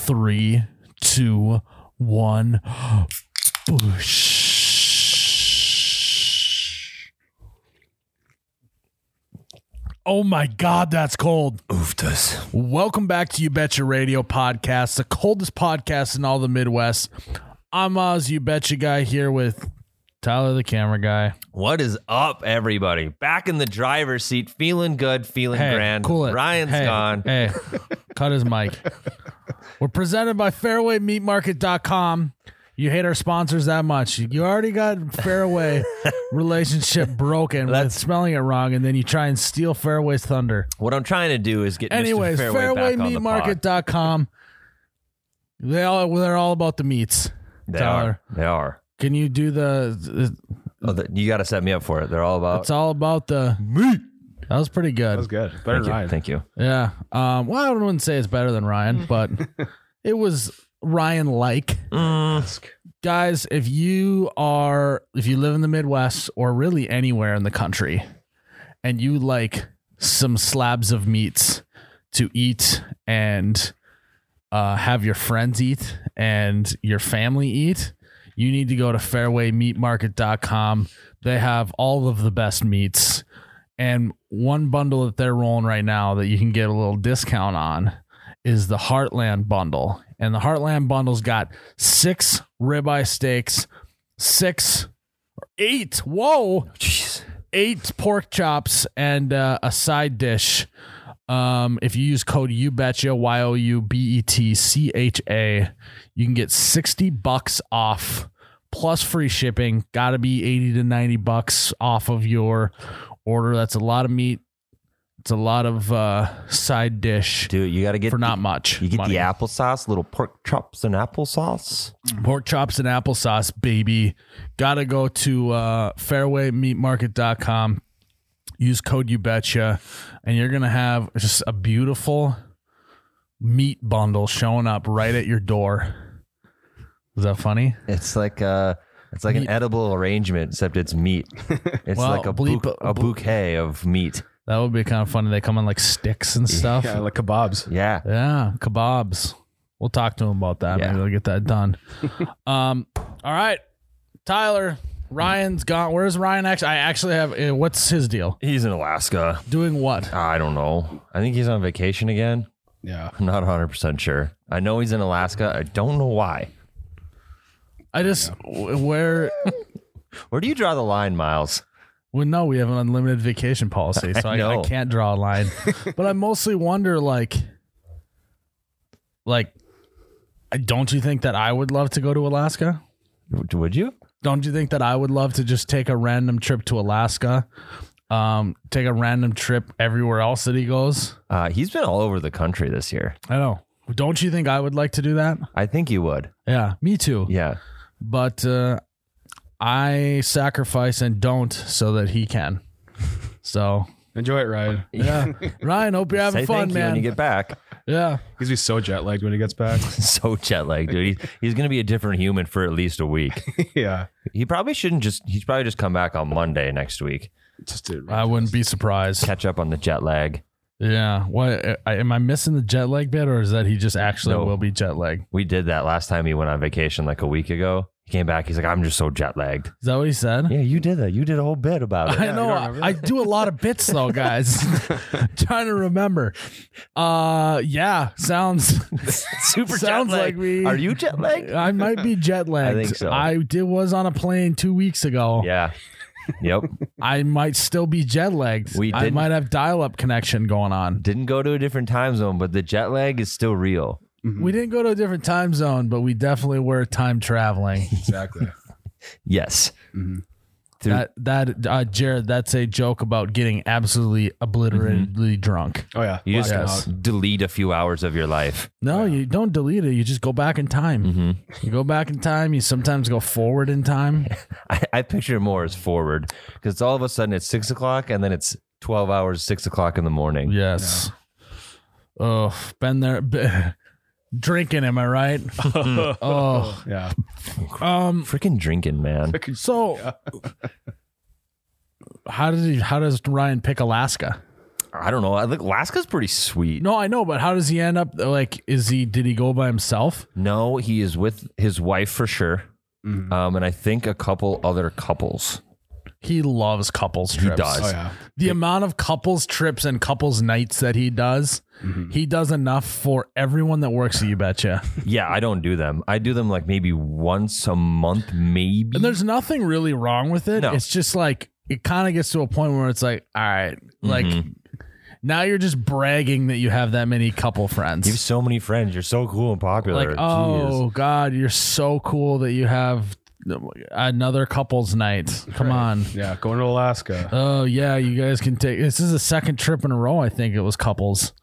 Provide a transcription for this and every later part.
three, two, one. Boosh. Oh my God, that's cold. Ooftas. Welcome back to You Betcha Radio Podcast, the coldest podcast in all the Midwest. I'm Oz, You Betcha Guy, here with Tyler, the camera guy. What is up, everybody? Back in the driver's seat, feeling good, feeling Hey, grand. cool Ryan's it. Hey, gone. Hey, cut his mic. We're presented by fairwaymeatmarket.com. You hate our sponsors that much. You already got fairway relationship broken with That's- spelling it wrong, and then you try and steal fairway's thunder. What I'm trying to do is get Anyways, Mr. Fairway back on the pod. fairwaymeatmarket.com. They all they're all about the meats. They Tyler. are. They are. Can you do the? Oh, the, you got to set me up for it. They're all about It's all about the meat. That was pretty That was good. good. Better Thank than you. Ryan. Thank you. Yeah. Um, well, I wouldn't say it's better than Ryan, but it was Ryan like. Mm, guys if you are if you live in the midwest or really anywhere in the country and you like some slabs of meats to eat and uh, have your friends eat and your family eat you need to go to fairwaymeatmarket.com they have all of the best meats and one bundle that they're rolling right now that you can get a little discount on is the Heartland bundle. And the Heartland bundle's got six ribeye steaks, six, eight, whoa, jeez. eight pork chops, and uh, a side dish. Um, if you use code UBETCHA, Y O U B E T C H A, you can get 60 bucks off plus free shipping. Gotta be 80 to 90 bucks off of your order. That's a lot of meat. It's a lot of uh, side dish Dude, you got to get for not the, much. You get money. the applesauce, little pork chops and applesauce. pork chops and applesauce, baby. Gotta go to uh, fairwaymeatmarket.com. Use code you betcha, and you're gonna have just a beautiful meat bundle showing up right at your door. Is that funny? It's like a it's like Meat. an edible arrangement, except it's meat. It's Well, like a, bleep- bou- a bouquet of meat. That would be kind of funny. They come in like sticks and stuff. Yeah, like kebabs. Yeah. Yeah, kebabs. We'll talk to him about that. Yeah. Maybe they'll get that done. um, all right, Tyler. Ryan's gone. Where's Ryan? Actually, I actually have. uh, What's his deal? He's in Alaska. Doing what? I don't know. I think he's on vacation again. Yeah. I'm not 100% sure. I know he's in Alaska. I don't know why. I just w where Where do you draw the line, Miles? well no, we have an unlimited vacation policy, so I, I, know. can't draw a line. but I mostly wonder like like I- don't you think that I would love to go to Alaska? W- Would you? Don't you think that I would love to just take a random trip to Alaska? Um, take a random trip everywhere else that he goes. Uh, he's been all over the country this year. I know. Don't you think I would like to do that? I think you would. Yeah, me too. Yeah. But uh, I sacrifice and don't so that he can. So Enjoy it, Ryan. Yeah. Ryan, hope you're having Say fun, thank you man. when you get back. yeah. He's gonna be so jet lagged when he gets back. so jet lagged, dude. He's, he's going to be a different human for at least a week. yeah. He probably shouldn't just, he's probably just come back on Monday next week, Just dude. I wouldn't be surprised. catch up on the jet lag. Yeah. What I, am I missing the jet lag bit or is that he just actually No. will be jet lagged? We did that last time he went on vacation like a week ago. He came back. He's like, I'm just so jet lagged. Is that what he said? Yeah, you did that. You did a whole bit about it. I know. I, I do a lot of bits though, guys. trying to remember. Uh yeah, sounds Super Sounds like jet lagged. we- Are you jet lagged? I might be jet lagged. think so. I did was on a plane 2 weeks ago. Yeah. Yep. I might still be jet lagged. We I didn't- might have dial-up connection going on. Didn't go to a different time zone, but the jet lag is still real. We didn't go to a different time zone, but we definitely were time traveling. exactly. Yes. Through- That that uh, Jared, that's a joke about getting absolutely obliteratedly drunk. Oh yeah. You just Blackout. Yes. delete a few hours of your life. No, you don't delete it. You just go back in time. You go back in time. You sometimes go forward in time. I, I picture it more as forward because all of a sudden it's six o'clock and then it's 12 hours, six o'clock in the morning. Yes. Oh, been there. b- drinking, am I right? oh, Yeah. um. Freaking drinking, man. So, how did he, how does Ryan pick Alaska? I don't know. I think Alaska's pretty sweet. No, I know, but how does he end up? Like, is he? Did he go by himself? No, he is with his wife for sure. Mhm. Um, and I think a couple other couples. He loves couples He trips. does. Oh yeah. The amount of couples trips and couples nights that he does, Mm-hmm. he does enough for everyone that works at You Betcha. Yeah, I don't do them. I do them like maybe once a month, maybe. And there's nothing really wrong with it. No. It's just like it kind of gets to a point where it's like, all right, like Mm-hmm. now you're just bragging that you have that many couple friends. You have so many friends. You're so cool and popular. like, Jeez. oh God, you're so cool that you have another couples night. Come on. Yeah. Going to Alaska. Oh yeah, you guys can take this is the second trip in a row. I think it was couples.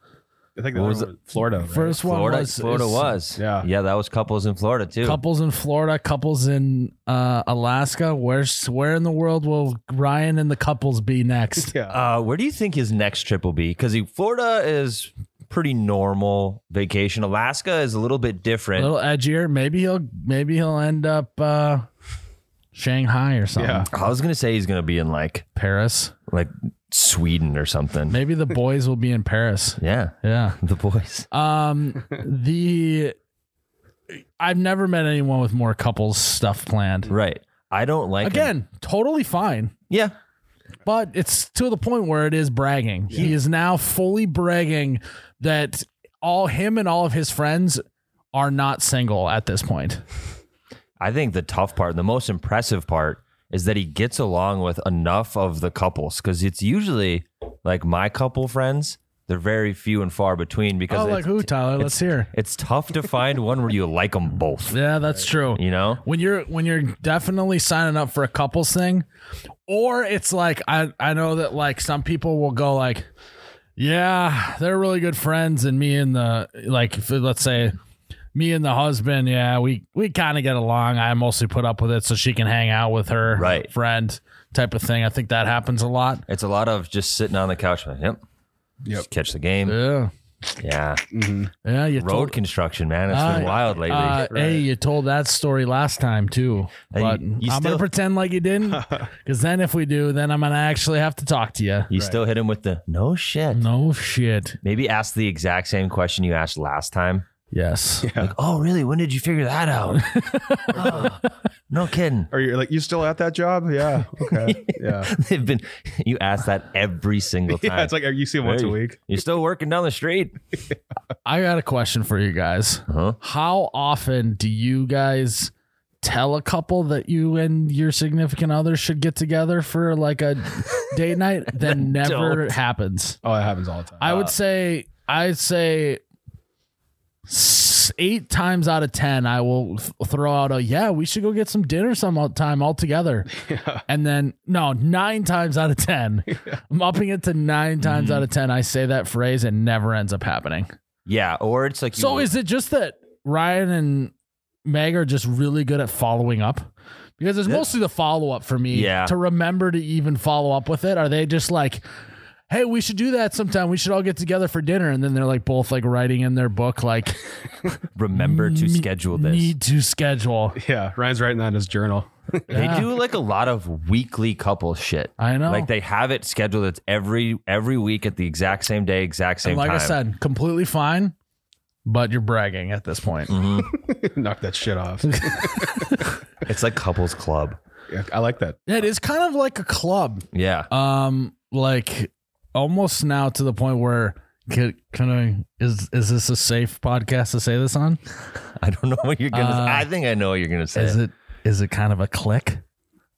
I think that What was was Florida. right? First Florida, one was Florida is was. yeah. Yeah, that was couples in Florida too. couples in Florida, couples in uh, Alaska. Where's where in the world will Ryan and the couples be next? Yeah. Uh, where do you think his next trip will be? Because Florida is pretty normal vacation. Alaska is a little bit A different. little edgier. Maybe he'll maybe he'll end up uh, Shanghai or something. Yeah. I was gonna say he's gonna be in like Paris. like Sweden or something. Maybe the boys will be in Paris. Yeah, Yeah. the boys. Um the I've never met anyone with more couples stuff planned. Right. I don't like him. Again, totally fine. Yeah. But it's to the point where it is bragging. He is now fully bragging that all him and all of his friends are not single at this point. I think the tough part, the most impressive part, is that he gets along with enough of the couples because it's usually like my couple friends. They're very few and far between because Oh, it's, like who, Tyler? Let's hear. it's tough to find one where you like them both. Yeah, that's true. You know, When you're when you're definitely signing up for a couples thing, or it's like I I know that like some people will go like, yeah, they're really good friends, and me and the like, if, let's say me and the husband, yeah, we we kind of get along. I mostly put up with it so she can hang out with her Right. friend type of thing. I think that happens a lot. it's a lot of just sitting on the couch. Like, yep. Yep. Just catch the game. Yeah, Yeah. Mm. yeah, you Road construction, man. It's Uh, been wild lately. Uh, Hey, you told that story last time too, Hey, but you I'm gonna still- pretend like you didn't, because then if we do, then I'm gonna actually have to talk to you. you still hit him with the no shit. No shit. Maybe ask the exact same question you asked last time. Yes. Like, oh, really? When did you figure that out? Oh, no kidding. Are you like you still at that job? Yeah. Okay. Yeah. They've been. You ask that every single time. yeah. It's like you see him once a Hey, week. You're still working down the street. I got a question for you guys. Huh? How often do you guys tell a couple that you and your significant other should get together for like a date night that never don't. happens? Oh, that happens all the time. I would say I'd say s- eight times out of ten I will th- throw out a yeah we should go get some dinner some o- time all together, and then no nine times out of ten I'm upping it to nine times out of ten I say that phrase and never ends up happening. Yeah, or it's like you So is it just that Ryan and Meg are just really good at following up? Because it's mostly the follow up for me Yeah. to remember to even follow up with it. Are they just like, hey, we should do that sometime. We should all get together for dinner. And then they're like both like writing in their book, like, remember to "Me- schedule this. Need to schedule. Yeah. Ryan's writing that in his journal. They Yeah. do like a lot of weekly couple shit. I know. Like they have it scheduled. It's every every week at the exact same day, exact same And like time. I said, completely fine, but you're bragging at this point. Mm. Knock that shit off. it's like couples club. Yeah, I like that. Yeah, It is kind of like a club. Yeah, um like almost now to the point where can, can I is is this a safe podcast to say this on? I don't know what you're gonna. Uh, I think I know what you're gonna say. Is it is it kind of a click?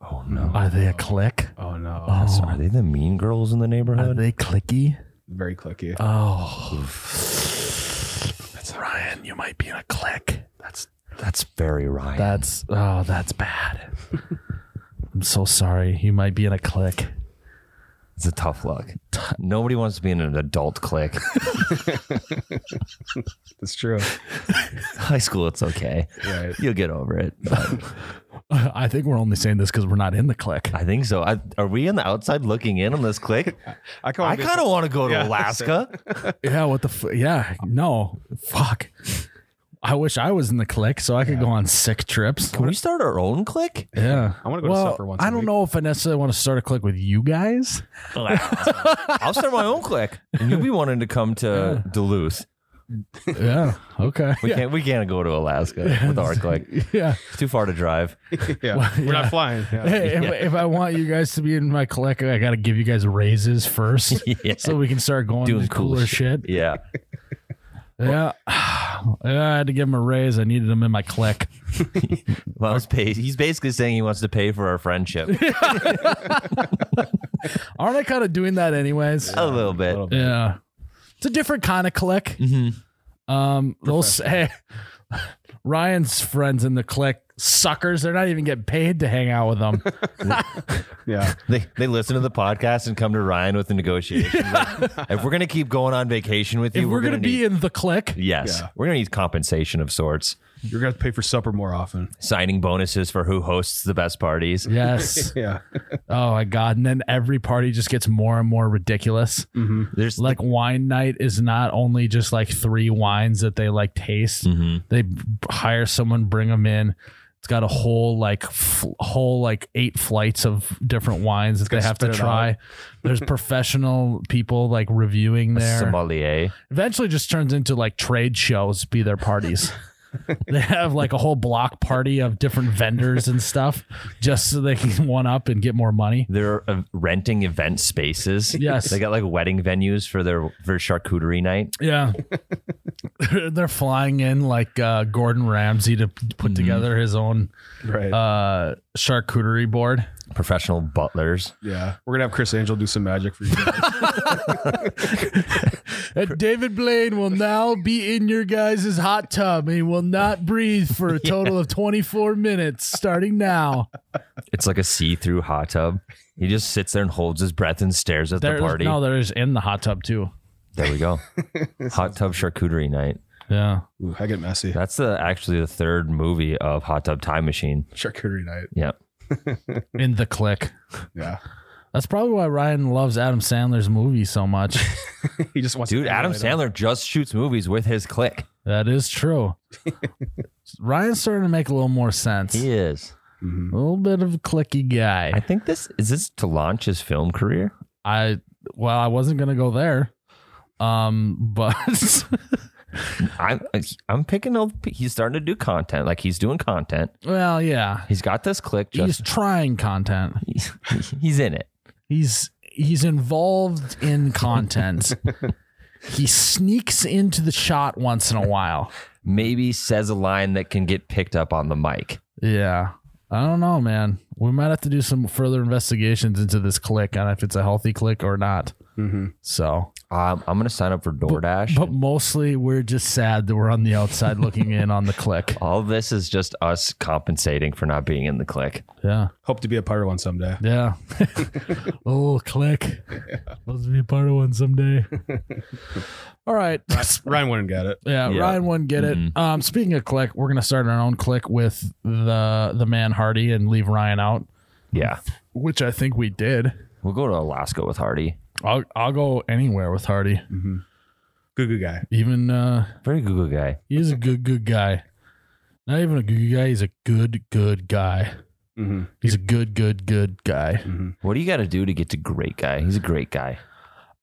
oh no, Are they a click? Oh no. Uh, So are they the mean girls in the Are neighborhood? they clicky? Very clicky. Oh. That's Ryan, you might be in a click. that's Uh, that's very right. That's oh, that's bad. I'm so sorry. You might be in a click. It's a tough look. Nobody wants to be in an adult clique. That's true. High school, it's okay. Right. You'll get over it. I think we're only saying this because we're not in the click. I think so. I, are we on the outside looking in on this clique? I, I kind of want to go to Alaska. Yeah, what the f- yeah, no. Fuck. I wish I was in the clique so I could Yeah. go on sick trips. Can we start our own clique? Yeah. I wanna go to Well, supper once a I don't week. know if I necessarily want to start a clique with you guys. I'll start my own clique. And you'll be wanting to come to Duluth. yeah. Okay. We can't we can't go to Alaska with our clique. Yeah. It's too far to drive. yeah. Well, We're yeah. not flying. Yeah. Hey, if, if I want you guys to be in my clique, I got to give you guys raises first Yeah. so we can start going Doing to cool cooler shit. shit. Yeah. Yeah. yeah. I had to give him a raise. I needed him in my clique. Well, it's ba- he's basically saying he wants to pay for our friendship Aren't I kind of doing that anyways? a little A bit. little bit. Yeah. It's a different kind of clique. hmm Um, they'll say Ryan's friends in the clique suckers. They're not even getting paid to hang out with them. Yeah. They they listen to the podcast and come to Ryan with the negotiation. Like, if we're gonna keep going on vacation with you, if we're, gonna, be need, in the clique, yes, Yeah. we're gonna need compensation of sorts. You're gonna have to pay for supper more often. Signing bonuses for who hosts the best parties. yes. Yeah. Oh my god! And then every party just gets more and more ridiculous. There's Like wine night is not only just like three wines that they like taste. Mm-hmm. Mhm. They b- hire someone, bring them in. It's got a whole like f- whole like eight flights of different wines that they have to spit it try. There's professional people like reviewing there. sommelier. Eventually, just turns into like trade shows. Be their parties. they have like a whole block party of different vendors and stuff, just so they can one up and get more money. They're uh, renting event spaces. Yes. they got like wedding venues for their for charcuterie night. Yeah. They're flying in like uh, Gordon Ramsay to put together his own Right. uh, charcuterie board. Professional butlers. yeah. We're gonna have Chris Angel do some magic for you. guys. And David Blaine will now be in your guys' hot tub and he will not breathe for a total of 24 minutes starting now. It's like a see through hot tub. He just sits there and holds his breath and stares at There, the party. No, there's in the hot tub too. there we go. hot tub charcuterie night. Yeah. Ooh, I get messy. That's the actually the third movie of Hot Tub Time Machine. Charcuterie night. Yeah. In the click. Yeah. That's probably why Ryan loves Adam Sandler's movie so much. He just wants Dude, to Adam emulate him. Sandler just shoots movies with his click. that is true. Ryan's starting to make a little more sense. He is. Mhm. A little bit of a clicky guy. I think this is this to launch his film career. I well, I wasn't gonna go there. Um, but I'm I'm picking up he's starting to do content. Like he's doing content. well, yeah. He's got this click He's just trying content. he's, in it. He's he's involved in content. he sneaks into the shot once in a while. Maybe says a line that can get picked up on the mic. Yeah. I don't know, man. We might have to do some further investigations into this click on if it's a healthy click or not. Mhm. So, Um, I'm gonna sign up for DoorDash. but mostly we're just sad that we're on the outside looking in on the click. All this is just us compensating for not being in the click. Yeah. Hope to be a part of one someday. Yeah. oh, click. Supposed to be a part of one someday. All right. Ryan wouldn't get it. Yeah, Yeah. Ryan wouldn't get it. Mhm. Um, speaking of click, we're gonna start our own click with the the man Hardy and leave Ryan out, Yeah. which I think we did. We'll go to Alaska with Hardy. I'll I'll go anywhere with Hardy. Goo goo guy. Even uh, Very Google guy. he's a good good guy. Not even a good good guy. He's a good good guy. Mm-hmm. He's a good good good guy. What do you got to do to get to great guy? He's a great guy.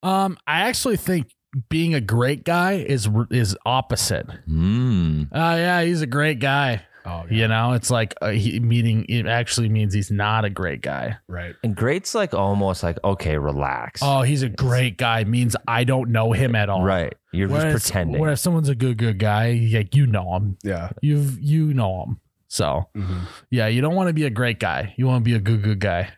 Um, I actually think being a great guy is is opposite. Mm. Oh yeah, he's a great guy. Oh, yeah. You know, it's like uh, he, meaning it actually means he's not a great guy. Right. And great's like almost like okay, relax. Oh, he's a great guy means I don't know him at all. right. You're Whereas- just pretending. Whereas someone's a good good guy, like you know him, Yeah. you've you know him. So Mhm. yeah, you don't want to be a great guy. You want to be a good good guy,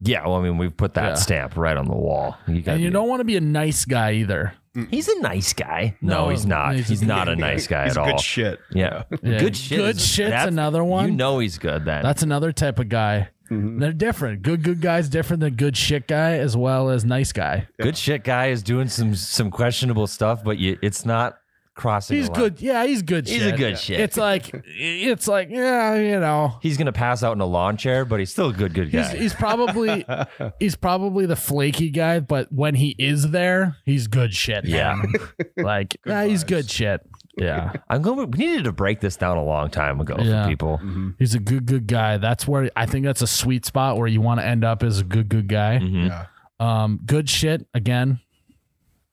yeah. Well, I mean, we've put that Yeah. stamp right on the wall. You gotta and you be- don't want to be a nice guy either. He's a nice guy. No, No, he's not. he's- He's, not a nice guy He's at all. Good shit. yeah. Yeah, Good shit. Good is- shit's that's- another one. You know he's good then. That's another type of guy. Mhm. They're different. Good good guy's different than good shit guy as well as nice guy. good shit. Guy is doing some some questionable stuff, but you, it's not crossing. He's the line. good. Yeah, he's good He's shit. a good shit. It's like it's like yeah, you know. he's gonna pass out in a lawn chair, but he's still a good good He's, guy. he's probably he's probably the flaky guy, but when he is there, he's good shit. man. like yeah, he's vibes. good shit. Yeah. I'm going. We needed to break this down a long time ago Yeah. for people. Mhm. He's a good, good guy. That's where I think that's a sweet spot where you want to end up as a good, good guy. Mhm. Yeah. Um, good shit, again,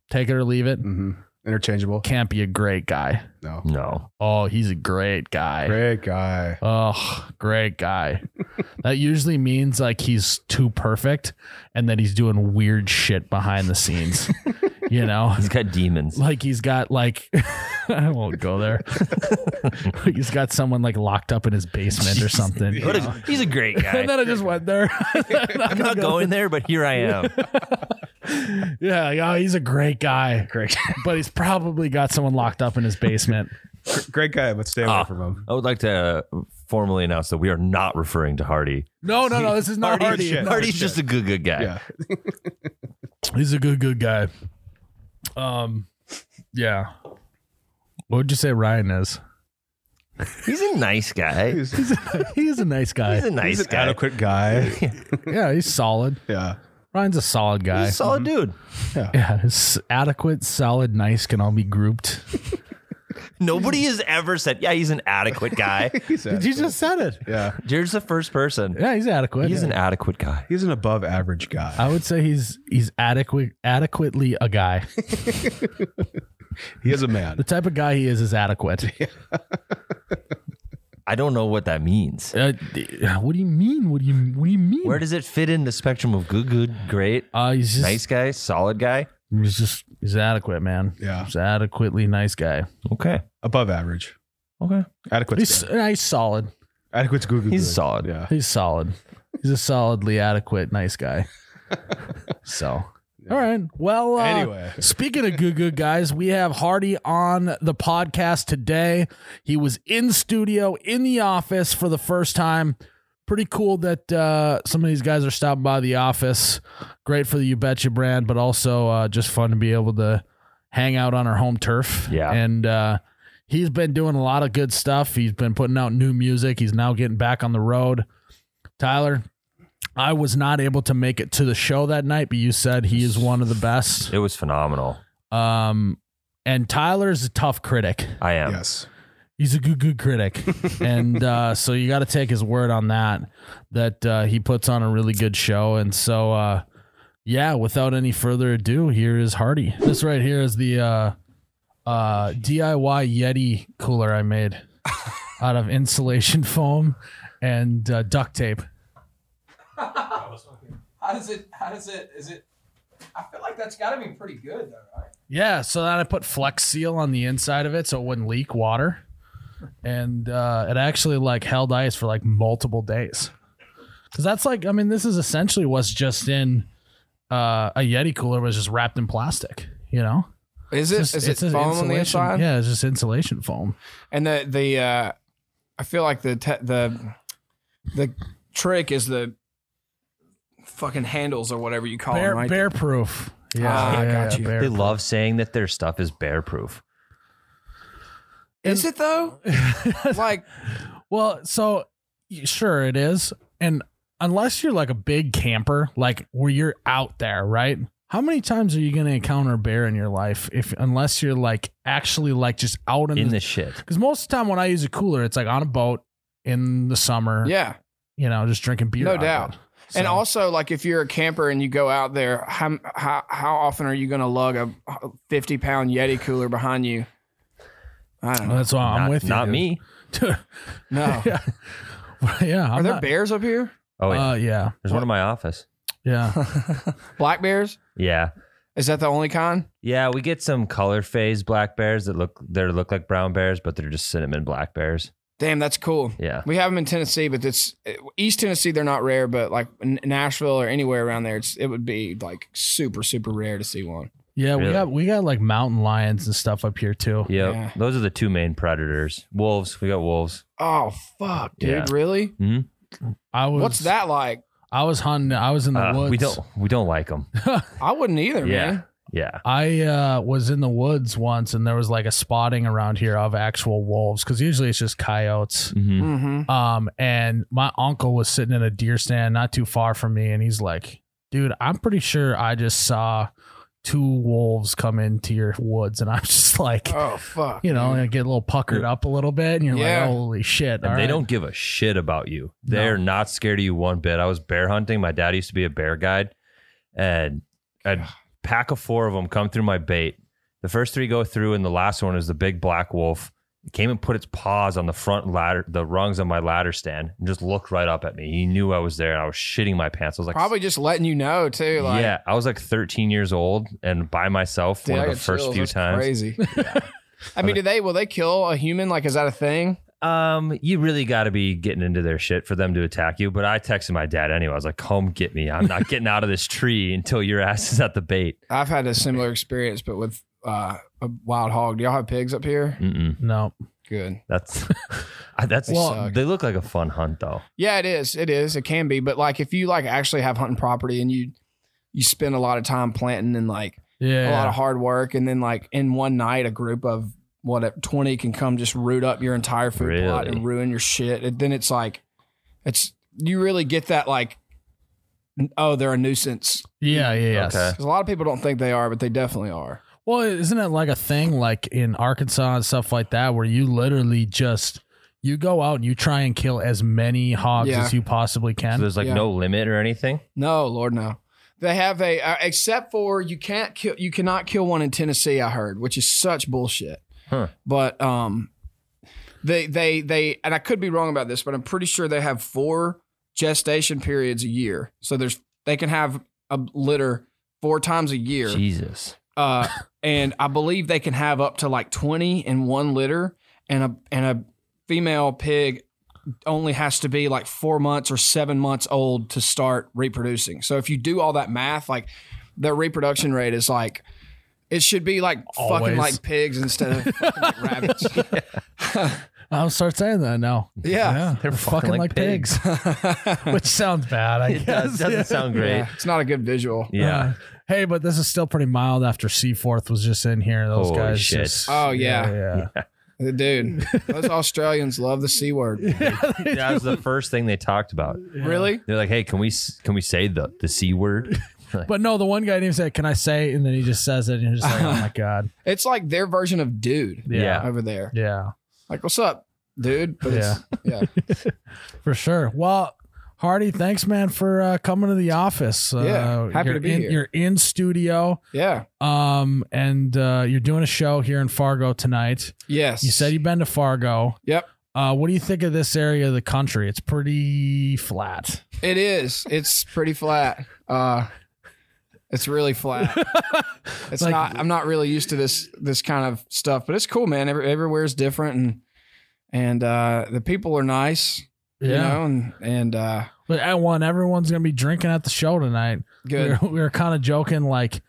take it or leave it. Mhm. Interchangeable. Can't be a great guy. No. No, Oh, he's a great guy. Great guy. Oh, great guy. that usually means like he's too perfect and that he's doing weird shit behind the scenes. you know? he's got demons. Like he's got like I won't go there. he's got someone like locked up in his basement or something. What a, he's a great guy. And then I just went there. I'm not going there, but here I am. Yeah, like, oh, he's a great guy, Great. but he's probably got someone locked up in his basement. Great guy, but stay away Ah. from him. I would like to uh, formally announce that we are not referring to Hardy. No, no, no, this is not Hardy Hardy. is shit. No, Hardy's just a good, good guy. Yeah. He's a good, good guy. Um, yeah. What would you say Ryan is? He's a nice guy. He's, he's He's a nice guy. He's a nice an guy. adequate guy. yeah, he's solid. Yeah. Ryan's a solid He's guy. Mm-hmm. a solid dude. yeah, he's adequate, solid, nice can all be grouped. Nobody has ever said, "Yeah, he's an adequate guy." He's adequate. said it. Yeah. Jared's the first person. Yeah, he's adequate. He's an adequate guy. He's an above average guy. Ah. I would say he's he's adequate, adequately a guy. He is a man. The type of guy he is is adequate. I don't know what that means. Uh, d- what do you mean? What do you What do you mean? Where does it fit in the spectrum of good, good, great, uh, he's just nice guy, solid guy? he's just he's adequate, man. Yeah. he's adequately nice guy. Okay, Above average. okay. Adequate. He's nice, solid. Adequate's good. good, He's good. solid. Yeah. He's solid. He's a solidly adequate, nice guy. So, all right. Well, uh, Anyway. Speaking of good, good guys, we have Hardy on the podcast today. He was in studio in the office for the first time. Pretty cool that uh, some of these guys are stopping by the office. Great for the You Betcha brand, but also uh, just fun to be able to hang out on our home turf. Yeah. And uh, he's been doing a lot of good stuff. He's been putting out new music. He's now getting back on the road. Tyler, I was not able to make it to the show that night, but you said he is one of the best. It was phenomenal. Um, and Tyler's a tough critic. I am. Yes. He's a good, good critic, and uh, so you got to take his word on that. That uh, he puts on a really good show, and so uh, yeah. Without any further ado, here is Hardy. This right here is the uh, uh, DIY Yeti cooler I made out of insulation foam and uh, duct tape. How does it? How does it? Is it? I feel like that's got to be pretty good, though, right? Yeah, so then I put Flex Seal on the inside of it so it wouldn't leak water, and uh, it actually like held ice for like multiple days. Because that's like, I mean, this is essentially what's just in uh, a Yeti cooler was just wrapped in plastic. You know, Is it? Is it foam on the insulation- inside? Yeah, it's just insulation foam. And the the uh, I feel like the te- the the trick is the fucking handles or whatever you call Bear, them, right? bear proof. Yeah, Oh Ah, I yeah, got yeah, you. bear They proof. love saying that their stuff is bear proof. is it though? like Well, so y- sure it is. And unless you're like a big camper, like where you're out there, right? How many times are you going to encounter a bear in your life if unless you're like actually like just out in, In the the shit. cuz most of the time when I use a cooler, it's like on a boat in the summer, yeah, you know, just drinking beer. No out of doubt. it. and So- also like if you're a camper and you go out there, how how how often are you going to lug a fifty pound Yeti cooler behind you? I don't Well, know. that's why I'm not, with you. Not dude. me. No, yeah. yeah, are I'm there not- bears up here? Oh, yeah. Uh, yeah. There's one in my office. Yeah. Black bears? Yeah. Is that the only kind? Yeah, we get some color phase black bears that look they look like brown bears, but they're just cinnamon black bears. Damn, that's cool. Yeah. We have them in Tennessee, but it's eh, East Tennessee. They're not rare, but like N- Nashville or anywhere around there, it's it would be like super super rare to see one. Yeah, we Really? got we got like mountain lions and stuff up here too. Yep. Yeah. Those are the two main predators. Wolves. We got wolves. Oh fuck, dude, Yeah. really? I was What's that like? I was hunting. I was in the Uh, woods. Oh, we don't we don't like them. I wouldn't either, Yeah. man. Yeah. I uh, was in the woods once, and there was like a spotting around here of actual wolves because usually it's just coyotes. Mhm. Mm-hmm. Um, and my uncle was sitting in a deer stand not too far from me, and he's like, "Dude, I'm pretty sure I just saw two wolves come into your woods, and I'm just like, Oh fuck. you know, and I get a little puckered up a little bit, and you're Yeah. like, holy shit! And all they right. don't give a shit about you. They're not scared of you one bit. I was bear hunting. My dad used to be a bear guide, and a pack of four of them come through my bait. The first three go through, and the last one is the big black wolf. It came and put its paws on the front ladder, the rungs on my ladder stand, and just looked right up at me. He knew I was there, and I was shitting my pants. I was like, Probably just letting you know too. Like, yeah, I was like 13 years old and by myself dude, one I of the got first chills. few That's times. Crazy. I mean, do they? Will they kill a human? Like, is that a thing? Um, you really got to be getting into their shit for them to attack you. But I texted my dad anyway. I was like, "Come get me! I'm not getting out of this tree until your ass is at the bait." I've had a similar experience, but with uh, a wild hog. Do y'all have pigs up here? Mm-mm. No, Good. That's I- that's They suck. they look like a fun hunt though. Yeah, it is. It is. It can be. But like, if you like actually have hunting property and you you spend a lot of time planting and like yeah, a lot of hard work, and then like in one night, a group of what twenty can come just root up your entire food plot Really? and ruin your shit. And then it's like, it's you really get that like, oh, they're a nuisance. yeah, yeah, yes. Okay. 'Cause a lot of people don't think they are, but they definitely are. Well, isn't it like a thing like in Arkansas and stuff like that where you literally just you go out and you try and kill as many hogs Yeah. as you possibly So can? there's like Yeah. no limit or anything. No, Lord, no. They have a uh, except for you can't kill you cannot kill one in Tennessee. I heard, which is such bullshit. Huh. But um, they they they and I could be wrong about this, but I'm pretty sure they have four gestation periods a year. So there's they can have a litter four times a year. Jesus, Uh, and I believe they can have up to like 20 in one litter, and a and a female pig only has to be like four months or seven months old to start reproducing. So if you do all that math, like their reproduction rate is like. It should be like fucking Always. like pigs instead of fucking like rabbits. I'll start saying that now. Yeah. they're fucking, like, pigs, which sounds bad. I it guess does, doesn't sound great. Yeah, it's not a good visual. Yeah. Uh, hey, but this is still pretty mild after Seaforth was just in here. Those Holy guys. shit. Just, Oh, yeah. yeah, Dude, those Australians love the C word. that was the first thing they talked about. Really? They're like, "Hey, can we s- can we say the the c word?" But no, the one guy named said, "Can I say?" And then he just says it, and you're just like, "Oh my god." It's like their version of dude Yeah. over there. Yeah. Like, what's up, dude? But it's- yeah. For sure. Well, Hardy, thanks, man, for uh, coming to the office. Yeah, uh, happy you're to be in, here. You're in studio, Yeah. um, and uh, you're doing a show here in Fargo tonight. Yes. You said you've been to Fargo. Yep. Uh, what do you think of this area of the country? It's pretty flat. It is. It's pretty flat. Uh it's really flat. It's Like- not I'm not really used to this this kind of stuff, but it's cool, man. Every, everywhere's different and and uh the people are nice, you know, and and uh But at one, everyone's gonna be drinking at the show tonight. We good. were, we were kind of joking, like,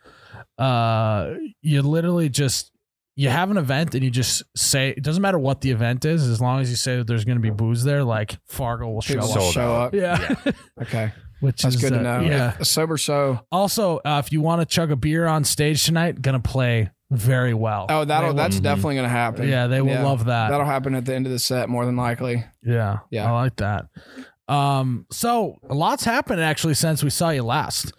uh, you literally just you have an event and you just say it doesn't matter what the event is, as long as you say that there's going to be booze there, like Fargo will show People up. will Sold show up. Yeah, Okay. which That's is good uh, to know. Yeah. A sober show. Also, uh, if you want to chug a beer on stage tonight, gonna play very well. Oh, They that'll will- that's Mhm. definitely gonna happen. yeah, they will Yeah. love that. That'll happen at the end of the set more than likely. yeah, Yeah. I like that. Um, so a lot's happened actually since we saw you last.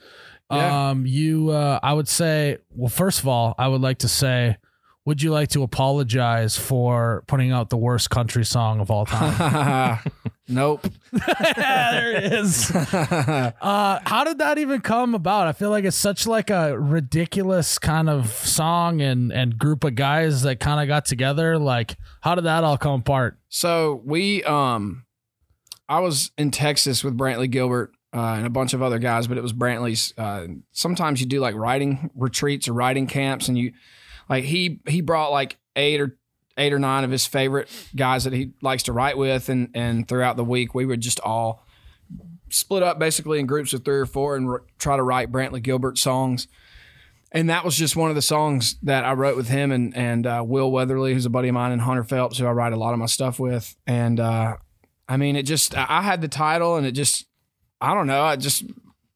Yeah. Um, you, uh, I would say, well, first of all, I would like to say, would you like to apologize for putting out the worst country song of all time? Ah. nope. there it is. Uh, how did that even come about? I feel like it's such like a ridiculous kind of song and and group of guys that kind of got together. Like, how did that all come apart? So we, um, I was in Texas with Brantley Gilbert uh, and a bunch of other guys, but it was Brantley's. Uh, sometimes you do like riding retreats or riding camps, and you like he he brought like eight or eight or nine of his favorite guys that he likes to write with, and and throughout the week we would just all split up basically in groups of three or four and r- try to write Brantley Gilbert songs. And that was just one of the songs that I wrote with him and and uh, Will Weatherly, who's a buddy of mine, and Hunter Phelps, who I write a lot of my stuff with. And uh, I mean, it just I I had the title, and it just I don't know, I just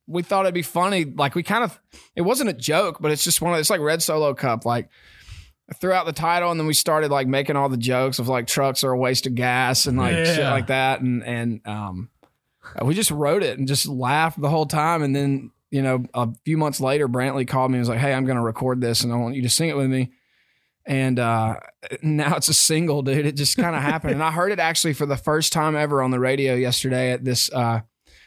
we thought it'd be funny. Like we kind of it wasn't a joke, but it's just one of it's like Red Solo Cup, like. I threw out the title, and then we started like making all the jokes of like trucks are a waste of gas and like shit Yeah. uh, like that, and and um, we just wrote it and just laughed the whole time, and then you know, a few months later, Brantley called me and was like, Hey, I'm going to record this and I want you to sing it with me. And uh, now it's a single, dude. It just kind of happened. And I heard it actually for the first time ever on the radio yesterday at this uh,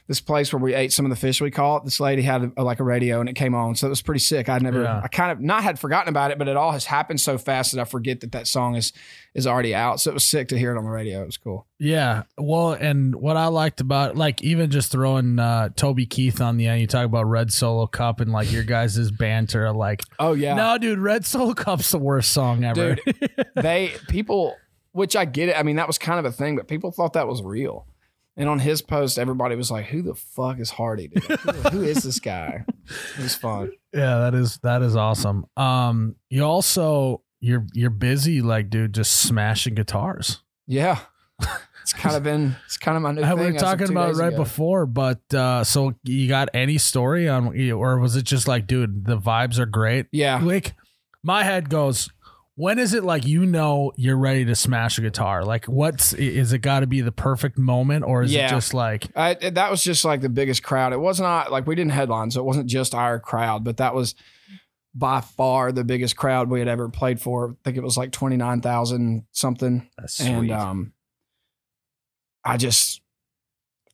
this place where we ate some of the fish we caught. This lady had a, like a radio and it came on. So it was pretty sick. I'd never, Yeah. I kind of not had forgotten about it, but it all has happened so fast that I forget that that song is is already out. So it was sick to hear it on the radio. It was cool. Yeah. Well, and what I liked about like even just throwing uh Toby Keith on the end, you talk about Red Solo Cup and like your guys' banter like Oh, yeah. No dude, Red Solo Cup's the worst song ever. they people which I get it. I mean, that was kind of a thing, but people thought that was real. And on his post, everybody was like, "Who the fuck is Hardy? Dude? Who, who is this guy?" It was fun. yeah, that is that is awesome. Um you also you're you're busy like dude just smashing guitars. Yeah, it's kind of been it's kind of my new Uh, thing. we were as of talking two about it days right ago. before, but uh so you got any story on or was it just like dude, the vibes are great? Yeah, like my head goes when is it like you know you're ready to smash a guitar like what's i- is it got to be the perfect moment or is Yeah. it just like I, that was just like the biggest crowd. It was not like we didn't headline, so it wasn't just our crowd, but that was by far the biggest crowd we had ever played for. I think it was like twenty nine thousand something. That's and um, I just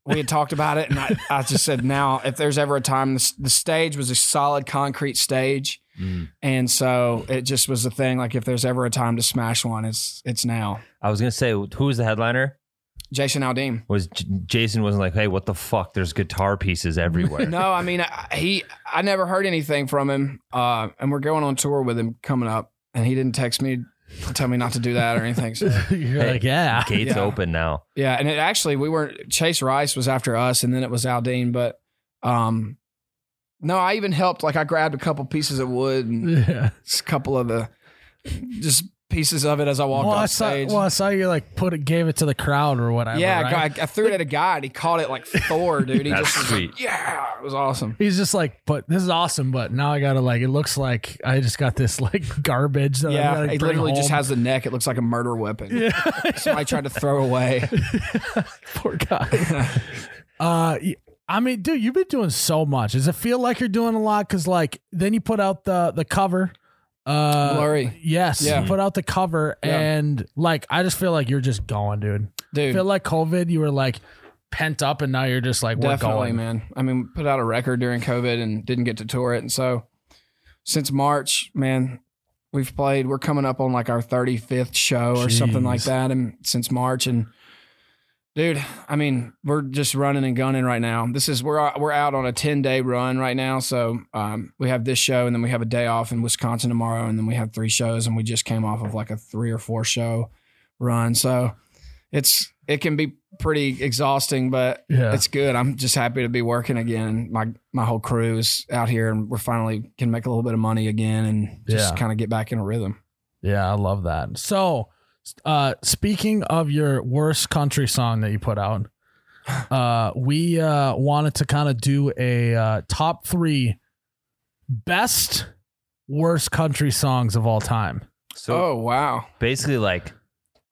we had talked about it, and I, I just said, now if there's ever a time, the, the stage was a solid concrete stage, Mm. and so it just was the thing. Like if there's ever a time to smash one, it's it's now. I was gonna say who was the headliner? Jason Aldean. Was J- Jason wasn't like, hey, what the fuck? There's guitar pieces everywhere. No, I mean I, he. I never heard anything from him, uh, and we're going on tour with him coming up, and he didn't text me to tell me not to do that or anything. So you're Hey. like yeah Gates Yeah. open now. Yeah, and it actually we weren't Chase Rice was after us, and then it was Aldine. But um, no, I even helped. Like I grabbed a couple pieces of wood Mm. and yeah just a couple of the just pieces of it as I walked well I, off saw, stage. well I saw you like put it gave it to the crowd or whatever yeah, right? I, I threw it at a guy and he caught it like Thor, dude. He That's just was sweet. Like, yeah, it was awesome. he's just like but this is awesome but now i gotta like it looks like i just got this like garbage that i yeah, gotta he bring literally just home. has the neck. It looks like a murder weapon. yeah Somebody tried to throw away. poor guy. uh, y- I mean, dude, you've been doing so much. Does it feel like you're doing a lot? Because like, then you put out the the cover. Uh, Blurry. Yes, Yeah. you put out the cover, Yeah. and like, I just feel like you're just going, dude. I Dude, feel like COVID, you were like pent up, and now you're just like, we're Definitely, going. man. I mean, put out a record during COVID and didn't get to tour it. And so since March, man, we've played, we're coming up on like our 35th show or something like Jeez. that. And since March and dude, I mean, we're just running and gunning right now. This is, we're, we're out on a 10 day run right now. So, um, we have this show and then we have a day off in Wisconsin tomorrow. And then we have three shows and we just came off of like a three or four show run. So it's, it can be pretty exhausting, but Yeah, it's good. I'm just happy to be working again. My my whole crew is out here, and we're finally can make a little bit of money again, and just Yeah. kind of get back in a rhythm. yeah, I love that. So, uh, speaking of your worst country song that you put out. Uh, we uh, wanted to kind of do a uh, top three best worst country songs of all time. So oh wow, basically, like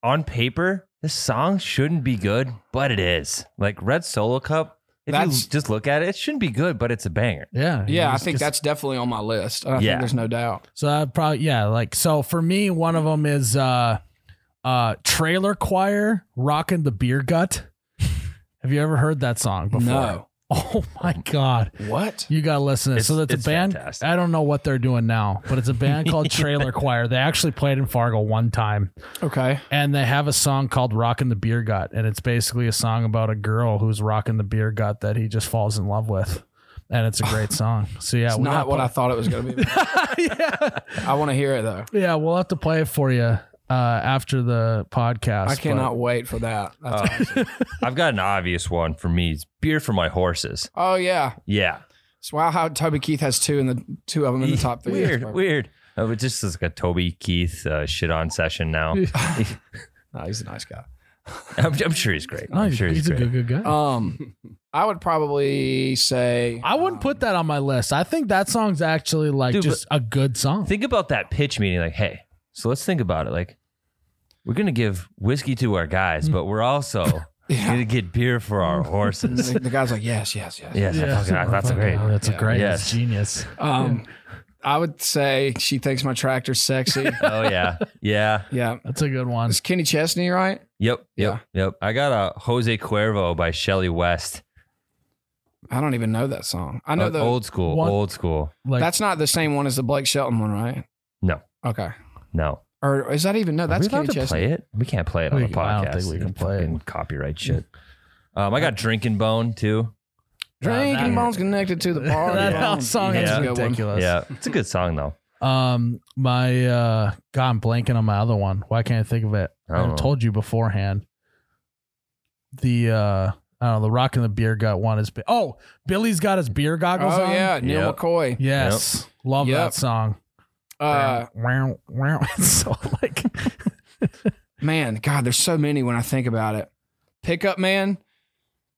on paper, this song shouldn't be good, but it is. Like Red Solo Cup. If That's- you just look at it, it shouldn't be good, but it's a banger. Yeah, yeah, I It's- think it's- that's definitely on my list. I Yeah. think there's no doubt. so. I probably yeah, like so for me, one of them is uh, uh, Trailer Choir rocking the beer gut. Have you ever heard that song before? No, Oh my god. what? You gotta listen to it. It's- So that's a it's band. fantastic. I don't know what they're doing now, but it's a band called Trailer Choir. They actually played in Fargo one time, Okay, and they have a song called "Rocking the Beer Gut," and it's basically a song about a girl who's rocking the beer gut that he just falls in love with, and it's a great song. So yeah, it's we'll not have what to- I thought it was going to be. yeah, I want to hear it though. yeah, we'll have to play it for you uh, after the podcast. I but- cannot wait for that. That's Uh, I've got an obvious one for me. It's beer for my horses. oh yeah, Yeah. it's wow how Toby Keith has two in the two of them in the top three. Weird, That's weird. Uh, it just is like a Toby Keith uh, shit on session now. No, he's a nice guy. I'm, I'm sure he's great. Oh, No, I'm he's, sure he's, he's a great. good, good guy. Um, I would probably say I wouldn't put that on my list. I think that song's actually like Dude, just a good song. Think about that pitch meeting. Like, hey, so let's think about it. Like, we're gonna give whiskey to our guys, but we're also We need to get beer for our horses. the guy's like, yes, yes, yes. yes, I fucking- I- that's Fucking- great. oh, that's a Yeah. great. Yes. That's genius. Um, I would say she thinks my tractor's sexy. Oh yeah, yeah. yeah. That's a good one. It's Kenny Chesney, right? Yep, yep, yep. I got a Jose Cuervo by Shelly West. I don't even know that song. I know Uh, the old school, one- old school. Like that's not the same one as the Blake Shelton one, right? No. Okay. Oh, No, Or is that even no? Are That's we Kenny allowed to Chesney. play it. We can't play it We- on a podcast. I don't think we can play it. Fucking Copyright shit. Um, I got Drinking Bone too. Uh, that- Drinking bones connected to the bar. that Yeah. house song Yeah. is That's a good one. ridiculous. Yeah, it's a good song though. Um, my uh, God, I'm blanking on my other one. Why can't I think of it? I don't I, know. told you beforehand. The uh, I don't know. The rock and the beer gut one is. Bi- oh, Billy's got his beer goggles Oh on. yeah, Neil Yep. McCoy. Yes, love Yep. that song. Uh, Wow, wow, wow. It's so like man, God, there's so many when I think about it. Pickup Man,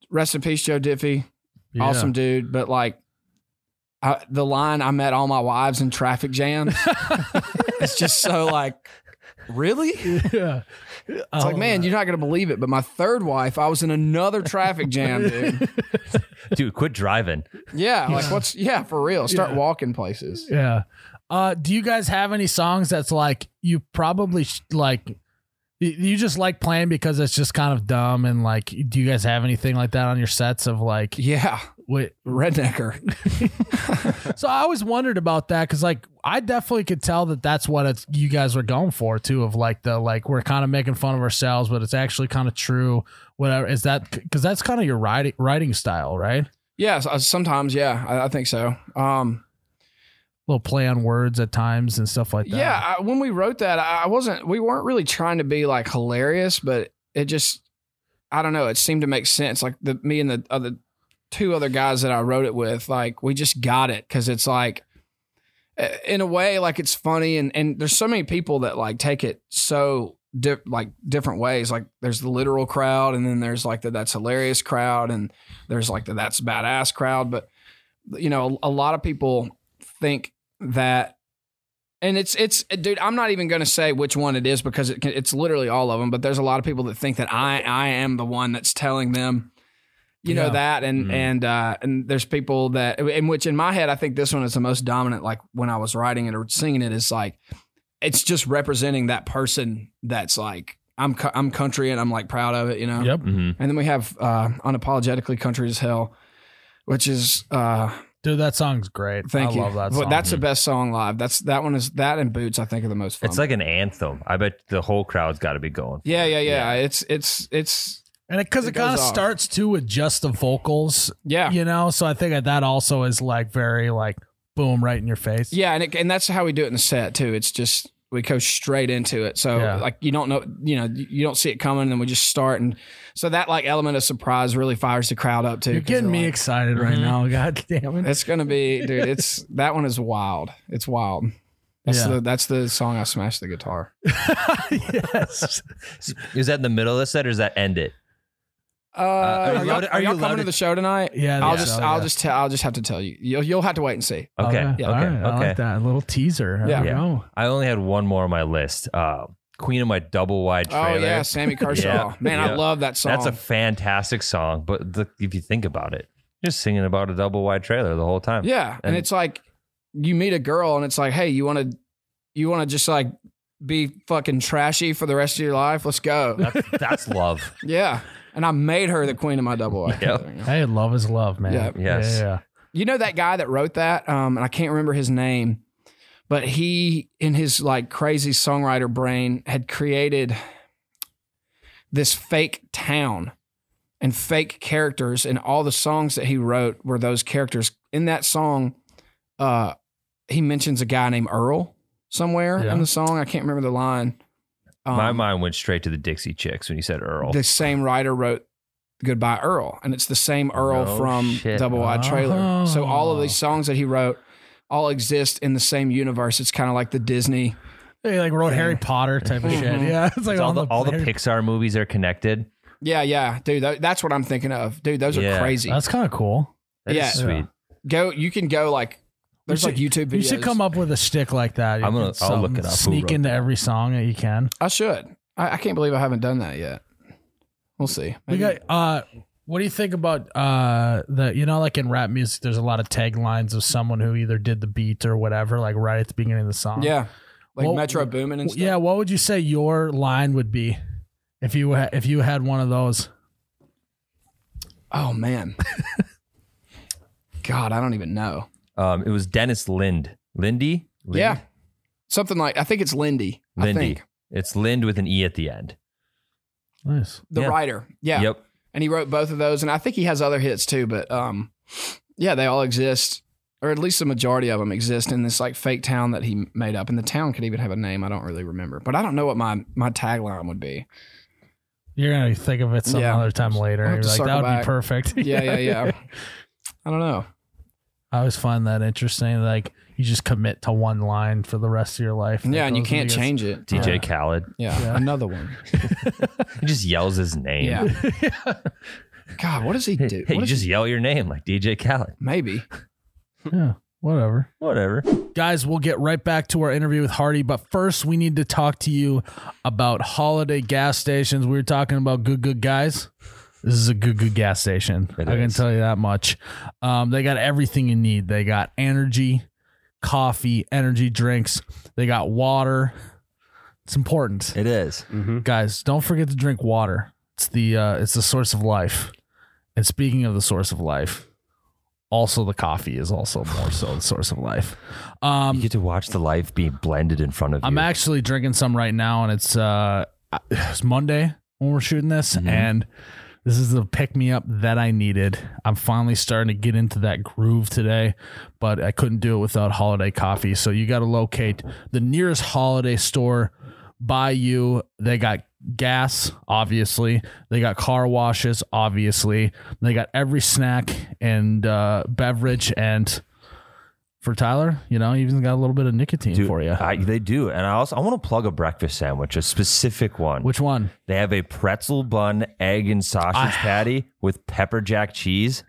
rest in peace, Joe Diffie. Yeah. Awesome dude, but like I, the line I met all my wives in traffic jams. it's just so like, really? It's yeah. It's like, man, you're not gonna believe it, but my third wife, I was in another traffic jam, dude. Dude, quit driving. Yeah, like what's yeah for real? Start Yeah. walking places. Yeah. Uh, do you guys have any songs that's like you probably sh- like y- you just like playing because it's just kind of dumb and like do you guys have anything like that on your sets of like Yeah, wait rednecker. so I always wondered about that because like I definitely could tell that that's what it's, you guys were going for too of like the like we're kind of making fun of ourselves but it's actually kind of true whatever is that because that's kind of your writing writing style right Yeah, so- sometimes yeah, I, I think so. Um, little play on words at times and stuff like that yeah, I, when we wrote that, I I wasn't. We weren't really trying to be like hilarious, but it just, I don't know. It seemed to make sense. Like the me and the other two other guys that I wrote it with, like we just got it because it's like, uh, in a way, like it's funny, and and there's so many people that like take it so. Di- like different ways like there's the literal crowd and then there's like the that's hilarious crowd and there's like the that's badass crowd but you know a, a lot of people think that and it's it's dude i'm not even going to say which one it is because it can, it's literally all of them but there's a lot of people that think that i i am the one that's telling them you Yeah. know that and Mm. and uh and there's people that in which in my head i think this one is the most dominant like when i was writing it or singing it is like it's just representing that person that's like i'm cu- i'm country and i'm like proud of it you know yep Mhm. and then we have uh unapologetically country as hell which is uh dude that song's great thank I you love that But song that's the best song live that's that one is that and boots i think are the most fun It's like an anthem. I bet the whole crowd's got to be going. Yeah, yeah, yeah. It's it's it's and because it, It kind of goes off. starts too with just the vocals yeah. yeah. you know so i think that that also is like very like boom right in your face and it, and that's how we do it in the set too. It's just we go straight into it. So Yeah. like you don't know, you know, you don't see it coming and then we just start and so that like element of surprise really fires the crowd up too. you're 'cause getting they're me like, mm-hmm. excited right Mhm. now god damn it It's going to be dude, it's that one is wild. It's wild. That's Yeah. the that's the song I smashed the guitar. yes Is that in the middle of the set or does that end it? Uh, are you are, y'all, loaded- are are you y'all coming loaded? to the show tonight? yeah I'll that's- just oh, I'll yeah. just tell I'll just have to tell you. You'll you'll have to wait and see. Okay, okay, All right. okay. I like that a little teaser Yeah. yeah Yeah. I only had one more on my list. Uh, Queen of my double wide trailer. Oh yeah, Sammy Kershaw. Yeah. Man, Yeah. I love that song. That's a fantastic song, but the, if you think about it, you're singing about a double wide trailer the whole time. Yeah, and, And- it's like you meet a girl, and it's like, hey, you want to, you want to just like be fucking trashy for the rest of your life? Let's go. That's, that's love. yeah, and I made her the queen of my double A. Yep. hey love is love man Yeah. Yes. yeah, yeah. You know that guy that wrote that, um, and I can't remember his name, but he, in his like crazy songwriter brain, had created this fake town and fake characters, and all the songs that he wrote were those characters. In that song, uh, he mentions a guy named Earl somewhere Yeah. in the song. I can't remember the line. Um, My mind went straight to the Dixie Chicks when you said Earl. the same writer wrote Goodbye Earl, and it's the same Earl No from shit. Double Wide Trailer. Oh. So all of these songs that he wrote all exist in the same universe. It's kind of like the Disney. They like wrote Harry Potter type of shit. Mhm. Yeah, it's like all the, all the Harry- Pixar movies are connected. Yeah, yeah, dude, tho- that's what I'm thinking of. Dude, those Yeah. are crazy. That's kind of cool. That's Yeah. sweet. Go, you can go like there's should- like YouTube videos. You should come up with a stick like that. You I'm gonna- could I'll look some- it up. Who Sneak wrote into that? every song that you can. I should. I, I can't believe I haven't done that yet. We'll see. We Maybe- got. Uh, what do you think about uh the you know like in rap music? There's a lot of taglines of someone who either did the beat or whatever, like right at the beginning of the song. yeah, like Well, Metro Boomin and stuff. Yeah. What would you say your line would be if you ha- if you had one of those? Oh man. God, I don't even know. Um, it was Dennis Lind. Lindy? Lind? Yeah, something like I think it's Lindy. I Lindy. think It's Lind with an E at the end. Nice. the Yeah. writer. Yeah. Yep. and he wrote both of those and i think he has other hits too but um yeah they all exist or at least the majority of them exist in this like fake town that he made up and the town could even have a name i don't really remember but i don't know what my my tagline would be You're gonna think of it some Yeah. other time later. I'll You're have to like that circle would back." be perfect. yeah yeah yeah i don't know I always find that interesting. Like you just commit to one line for the rest of your life. yeah and you Those would be can't good. change it DJ yeah, Khaled. yeah. Yeah. another one He just yells his name. yeah god what does he do Hey, hey, What you does just he- yell your name like DJ Khaled. maybe Yeah. Whatever. Whatever. Guys, we'll get right back to our interview with Hardy, but first we need to talk to you about holiday gas stations. We were talking about good, good guys. This is a good, good gas station. It I can is. tell you that much. Um, they got everything you need. They got energy, coffee, energy drinks. They got water. It's important, It is. Mm-hmm. guys. Don't forget to drink water. It's the uh, it's the source of life. And speaking of the source of life, also the coffee is also more so the source of life. Um, You get to watch the life be blended in front of you. I'm actually drinking some right now, and it's uh it's Monday when we're shooting this, Mhm. and this is the pick me up that I needed. I'm finally starting to get into that groove today, but I couldn't do it without holiday coffee. So you got to locate the nearest holiday store by you. They got gas, obviously. They got car washes, obviously. They got every snack and uh, beverage and. For Tyler, you know, he even got a little bit of nicotine Dude, for you. I, they do. And I also I want to plug a breakfast sandwich, a specific one. Which one? They have a pretzel bun, egg, and sausage I- patty with pepper jack cheese.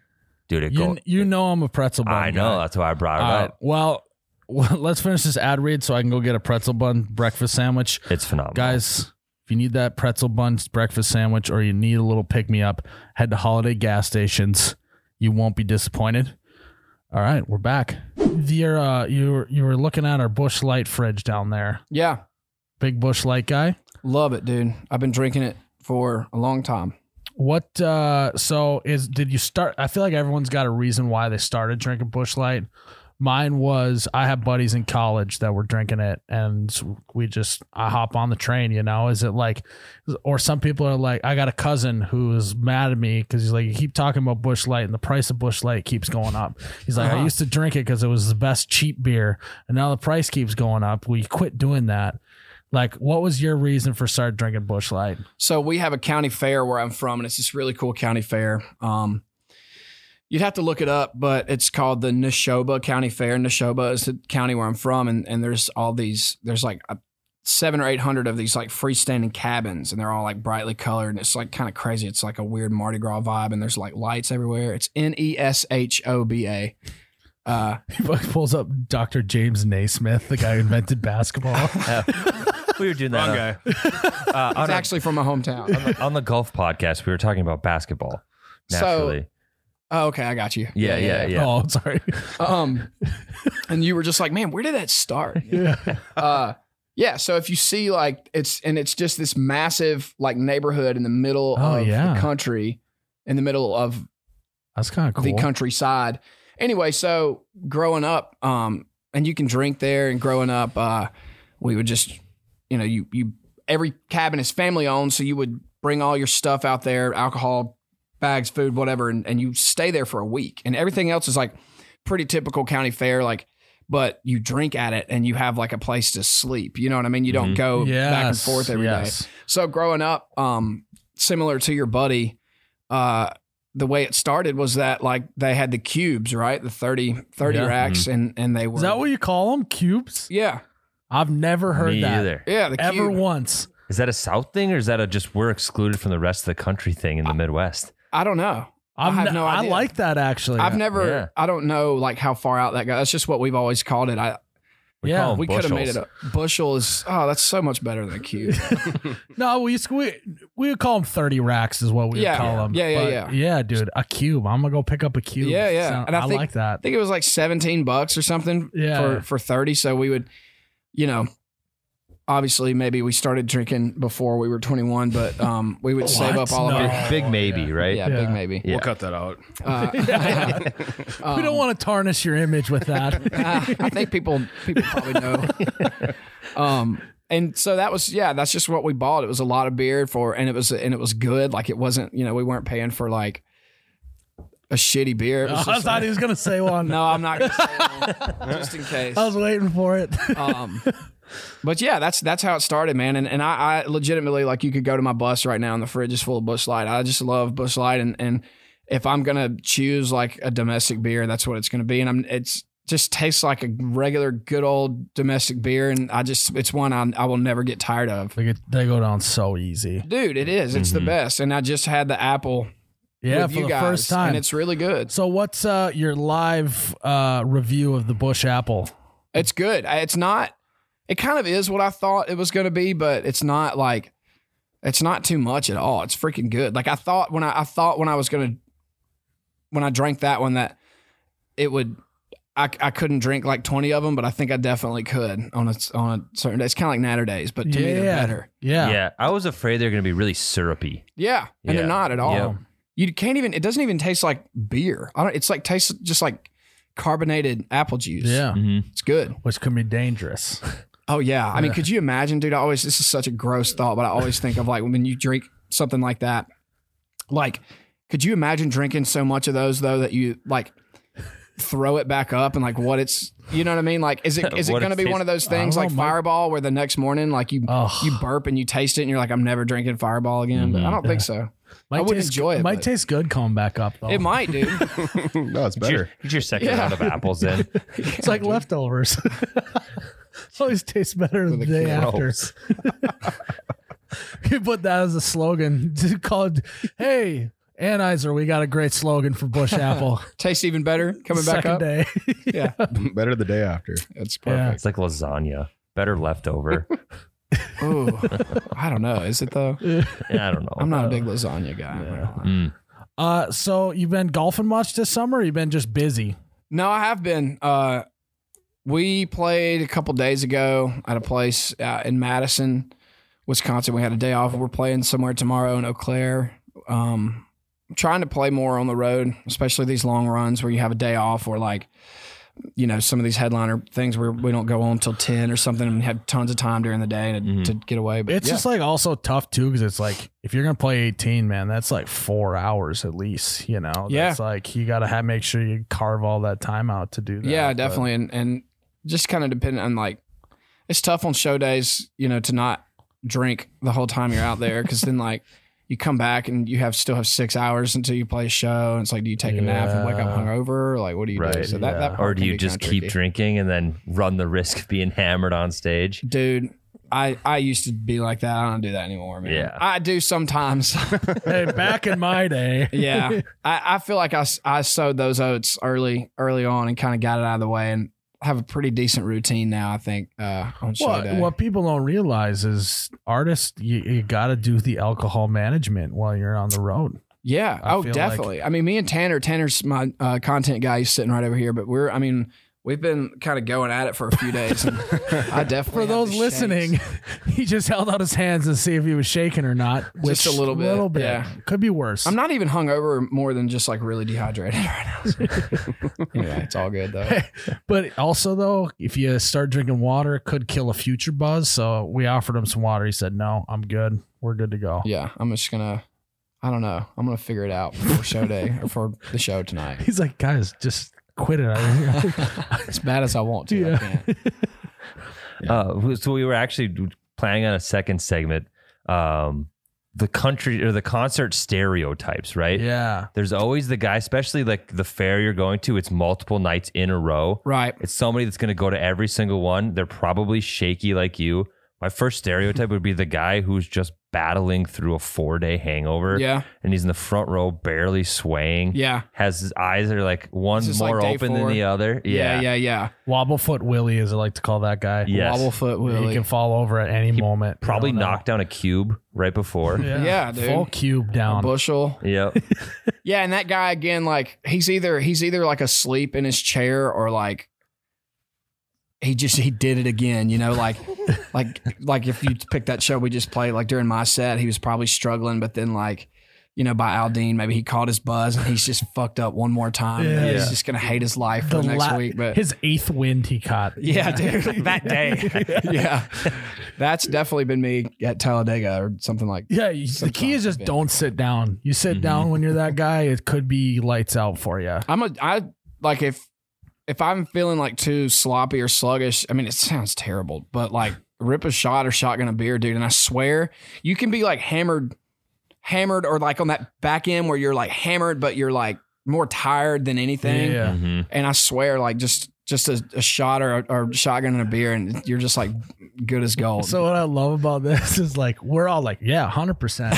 Dude, it You, goes. you know Uh, I'm a pretzel bun. I know. guy. That's why I brought it All right. up. Well, well, let's finish this ad read so I can go get a pretzel bun breakfast sandwich. It's phenomenal. Guys, if you need that pretzel bun breakfast sandwich or you need a little pick me up, head to holiday gas stations. You won't be disappointed. All right, we're back. You're, uh, you were, you were looking at our Bush Light fridge down there. yeah Big Bush Light guy. love it dude i've been drinking it for a long time What uh so is did you start I feel like everyone's got a reason why they started drinking Bush Light. Mine was I have buddies in college that were drinking it and we just I hop on the train, you know. Is it like or some people are like I got a cousin who's mad at me cuz he's like you keep talking about Bush Light and the price of Bush Light keeps going up. He's like I Uh-huh. used to drink it cuz it was the best cheap beer and now the price keeps going up. We quit doing that. Like what was your reason for start drinking Bush Light? So we have a county fair where I'm from, and it's this really cool county fair. Um, you'd have to look it up, but it's called the Neshoba County Fair. Neshoba is the county where I'm from, and, and there's all these. There's like a, seven or eight hundred of these like freestanding cabins, and they're all like brightly colored, and it's like kind of crazy. It's like a weird Mardi Gras vibe, and there's like lights everywhere. It's N E S H O B A. Uh, He fucking pulls up Dr. James Naismith, the guy who invented basketball. we were doing that Wrong on- guy. uh, it's on, actually from my hometown. a- on the golf podcast. We were talking about basketball. So- Naturally. Oh, okay, I got you. yeah, yeah, yeah. Oh, sorry. Um, and you were just like, man, where did that start? Yeah. uh yeah so if you see like it's and it's just this massive like neighborhood in the middle Oh, of yeah. the country in the middle of That's kind of cool. the countryside anyway so growing up um and you can drink there and growing up uh we would just you know you you every cabin is family owned so you would bring all your stuff out there alcohol bags food whatever and, and you stay there for a week and everything else is like pretty typical county fair like but you drink at it and you have like a place to sleep you know what i mean you don't Mhm. go Mm-hmm. Yes, back and forth every day. yes. so growing up um similar to your buddy uh the way it started was that like they had the cubes right the 30 30 Yeah. racks Mm-hmm. and and they were Is that what you call them? Cubes? yeah I've never heard Me that either. yeah the ever cube. once. Is that a South thing or is that a just we're excluded from the rest of the country thing in the Midwest? i don't know I've have ne- no I idea. like that actually. I've never. Yeah. I don't know like how far out that goes. That's just what we've always called it. I We Yeah, call 'em We could have made bushels. it a bushel is oh, that's so much better than a cube. No, we used to, we we would call them thirty racks is what we Yeah. would call them. Yeah, yeah, yeah. yeah, dude, a cube. I'm gonna go pick up a cube. Yeah, yeah. Sound- And I I, think- like I that. think it was like 17 bucks or something Yeah. for, for 30. So we would, you know, obviously maybe we started drinking before we were 21, but um, we would save What? up all of No. our. big, big maybe, Yeah. right? Yeah, Yeah. big maybe. Yeah. We'll cut that out. Uh, we don't um, want to tarnish your image with that. uh, I think people people probably know. um, and so that was yeah, that's just what we bought. It was a lot of beer for, and it was and it was good. Like it wasn't, you know, we weren't paying for like a shitty beer. It was I just thought like- he was gonna say one. no, I'm not gonna say one, just in case. I was waiting for it. Um, but yeah, that's that's how it started, man. And and I, I legitimately like you could go to my bus right now, and the fridge is full of Bush Light. I just love Bush Light, and and if I'm gonna choose like a domestic beer, that's what it's gonna be. And I'm it's just tastes like a regular good old domestic beer, and I just it's one I I will never get tired of. They, get, they go down so easy. Dude, it is. It's Mhm. the best. And I just had the apple Mm-hmm. Yeah, with for you the guys, first time. and it's really good. so, what's uh, your live uh, review of the Bush Apple? It's good. I- It's not. It kind of is what I thought it was going to be, but it's not like it's not too much at all. It's freaking good. Like I thought when I, I thought when I was going to when I drank that one that it would I, I couldn't drink like 20 of them, but I think I definitely could on a on a certain day. It's kind of like Natter days, but to me they're Yeah. better. Yeah. Yeah. I was afraid they're going to be really syrupy. Yeah, and Yeah. they're not at all. Yep. You can't even. It doesn't even taste like beer. I don't. It's like tastes just like carbonated apple juice. Yeah. Mm-hmm. it's good. Which can be dangerous. Oh yeah. I mean, could you imagine, dude? I always this is such a gross thought, but I always think of like when you drink something like that. Like, could you imagine drinking so much of those though that you like throw it back up and like what it's you know what I mean? Like, is it is it What gonna it be tastes- one of those I things don't like know, man. Fireball where the next morning like you Ugh. Mm-hmm. you burp and you taste it and you're like, I'm never drinking Fireball again. But I Mhm. don't think so. Might would taste, enjoy it, Might but- taste good coming back up though. It might, dude. no, it's Get your, better. get your second Yeah. round of apples in. It's like leftovers. Always tastes better the With a day kid. after. you put that as a slogan. Just Call it, hey, Anheuser, we got a great slogan for Bush Apple. Tastes even better coming back Second up. day. Yeah. better the day after. That's Yeah. perfect. It's like lasagna. Better leftover. Ooh. I don't know. Is it though? Yeah, I don't know. I'm not a big lasagna guy. I'm not gonna lie. Mm. Uh, so you've been golfing much this summer? Or you've been just busy. No, I have been. Uh, we played a couple days ago at a place uh, in Madison, Wisconsin. We had a day off. We're playing somewhere tomorrow in Eau Claire. Um, I'm trying to play more on the road, especially these long runs where you have a day off or like, you know, some of these headliner things where we don't go on till 10 or something and have tons of time during the day to, Mhm. to get away. But It's yeah. just like also tough too because it's like if you're gonna play 18, man, that's like four hours at least. You know, Yeah. That's like you gotta have make sure you carve all that time out to do that. Yeah, but- definitely. And and just kind of dependent on like it's tough on show days, you know, to not drink the whole time you're out there because then like you come back and you have still have six hours until you play a show. And it's like, do you take a nap and wake up Yeah. hungover? Like, what do you do? Right, So that, yeah. that part Or do can you be just kinda keep tricky. drinking and then run the risk of being hammered on stage? dude? I, I used to be like that. I don't do that anymore, man. Yeah. I do sometimes. hey, back in my day. yeah I, I feel like I, s- I sowed those oats early early on and kind of got it out of the way and have a pretty decent routine now i think uh on show Well, day. what people don't realize is artists, you, you got to do the alcohol management while you're on the road. yeah I oh feel like- definitely i mean me and tanner tanner's my uh, content guy he's sitting right over here but we're i mean we've been kind of going at it for a few days and i definitely For have the those Oh, shakes. listening, he just held out his hands to see if he was shaking or not. which Just a little bit, yeah. Could be worse. i'm not even hungover more than just like really dehydrated right now so. anyway it's all good though but also, though, if you start drinking water, it could kill a future buzz. So we offered him some water. He said, no, I'm good. We're good to go. yeah i'm just gonna i don't know i'm gonna figure it out for show day or for the show tonight He's like, guys, just quit it. as bad as I want to. I Yeah. can't. Uh, so we were actually planning on a second segment. Um, the country or the concert stereotypes, right? yeah. There's always the guy, especially like the fair you're going to, it's multiple nights in a row. Right. It's somebody that's going to go to every single one. They're probably shaky like you. My first stereotype would be the guy who's just battling through a four day hangover. Yeah. And he's in the front row, barely swaying. Yeah. Has his eyes that are like one It's just more like day open four. than the other. Yeah. Yeah. Yeah. Yeah. Wobblefoot Willie, as I like to call that guy. Yes. Wobblefoot He Willie. can fall over at any moment. You Probably don't know. knocked down a cube right before. Yeah, dude. Full cube down. bushel. yep. Yeah, and that guy again, like he's either he's either like asleep in his chair or like he just he did it again, you know, like like like if you pick that show we just played, like during my set, he was probably struggling, but then like you know, by Aldean, maybe he caught his buzz and he's just fucked up one more time. and Yeah. he's just gonna hate his life for the, next la- week. But his eighth wind he caught. yeah, dude, that day. yeah, that's definitely been me at Talladega or something like. Yeah, you- the Sometimes key is I've just been. don't sit down. You sit Mm-hmm. down when you're that guy, it could be lights out for you. I'm a I like if if I'm feeling like too sloppy or sluggish. I mean, it sounds terrible, but like rip a shot or shotgun a beer, dude. And I swear you can be like hammered, hammered, or like on that back end where you're like hammered, but you're like more tired than anything. Yeah. Mhm. And I swear, like just just a, a shot or or shotgun and a beer, and you're just like good as gold. So what I love about this is like we're all like, yeah, hundred percent.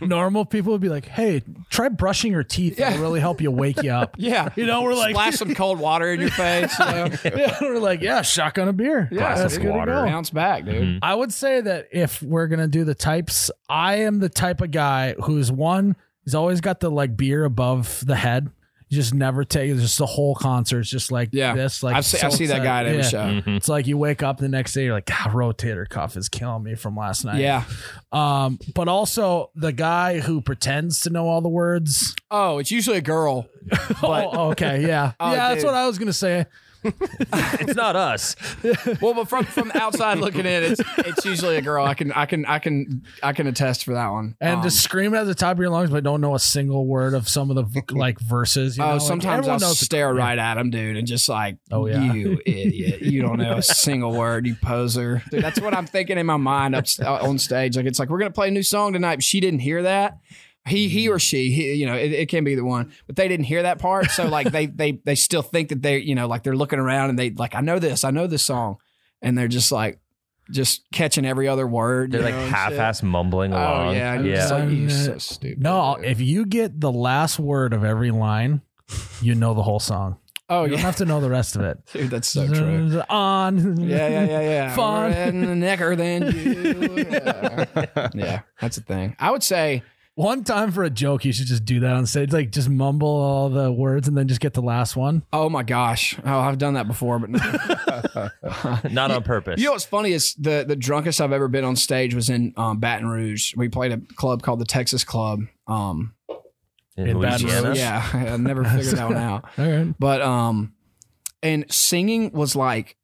Normal people would be like, hey, try brushing your teeth. Yeah. It'll really help you wake you up. yeah, You know, we're like, splash some cold water in your face. You know? yeah, we're like, yeah, shotgun a beer. Glass that's of good to water. go. Bounce back, dude. Mhm. I would say that if we're gonna do the types, I am the type of guy who's one. He's always got the like beer above the head. You just never take. It's just the whole concert's just like Yeah. this. Like I see, I so see that excited. guy at every Yeah. Mm. show. Mhm. It's like you wake up the next day, you're like, God, rotator cuff is killing me from last night. Yeah. Um, but also the guy who pretends to know all the words. Oh, it's usually a girl. oh, okay, yeah, Oh, yeah, that's dude. what I was gonna say. It's not us. Well, but from from outside looking in, it's it's usually a girl. I can I can I can I can attest for that one. And Um, just scream at the top of your lungs, but don't know a single word of some of the like verses. You know? oh, Like, sometimes I'll everyone knows the- stare right at him, dude, and just like, Oh, yeah. you idiot, you don't know a single word, you poser. Dude, that's what I'm thinking in my mind up uh, on stage. Like it's like we're gonna play a new song tonight. But she didn't hear that. He he or she, he, you know, it, it can be either one, but they didn't hear that part. So like they they they still think that they you know like they're looking around and they like I know this, I know this song, and they're just like just catching every other word. They're you like know, and shit. half-ass mumbling along. Oh yeah, and yeah. Just like, Yeah. you so stupid. No, dude. if you get the last word of every line, you know the whole song. oh You don't yeah, have to know the rest of it. dude, that's so true. On. Yeah, yeah, yeah, yeah. Fun. We're in the necker than you. Yeah. Yeah, that's a thing. I would say, One time for a joke, you should just do that on stage. Like, just mumble all the words and then just get the last one. oh my gosh, oh I've done that before, but no. Not on purpose. You know what's funny is the the drunkest I've ever been on stage was in um, Baton Rouge. We played a club called the Texas Club. Um, In Baton so Rouge. yeah, I never figured that one out. All right. But um, and singing was like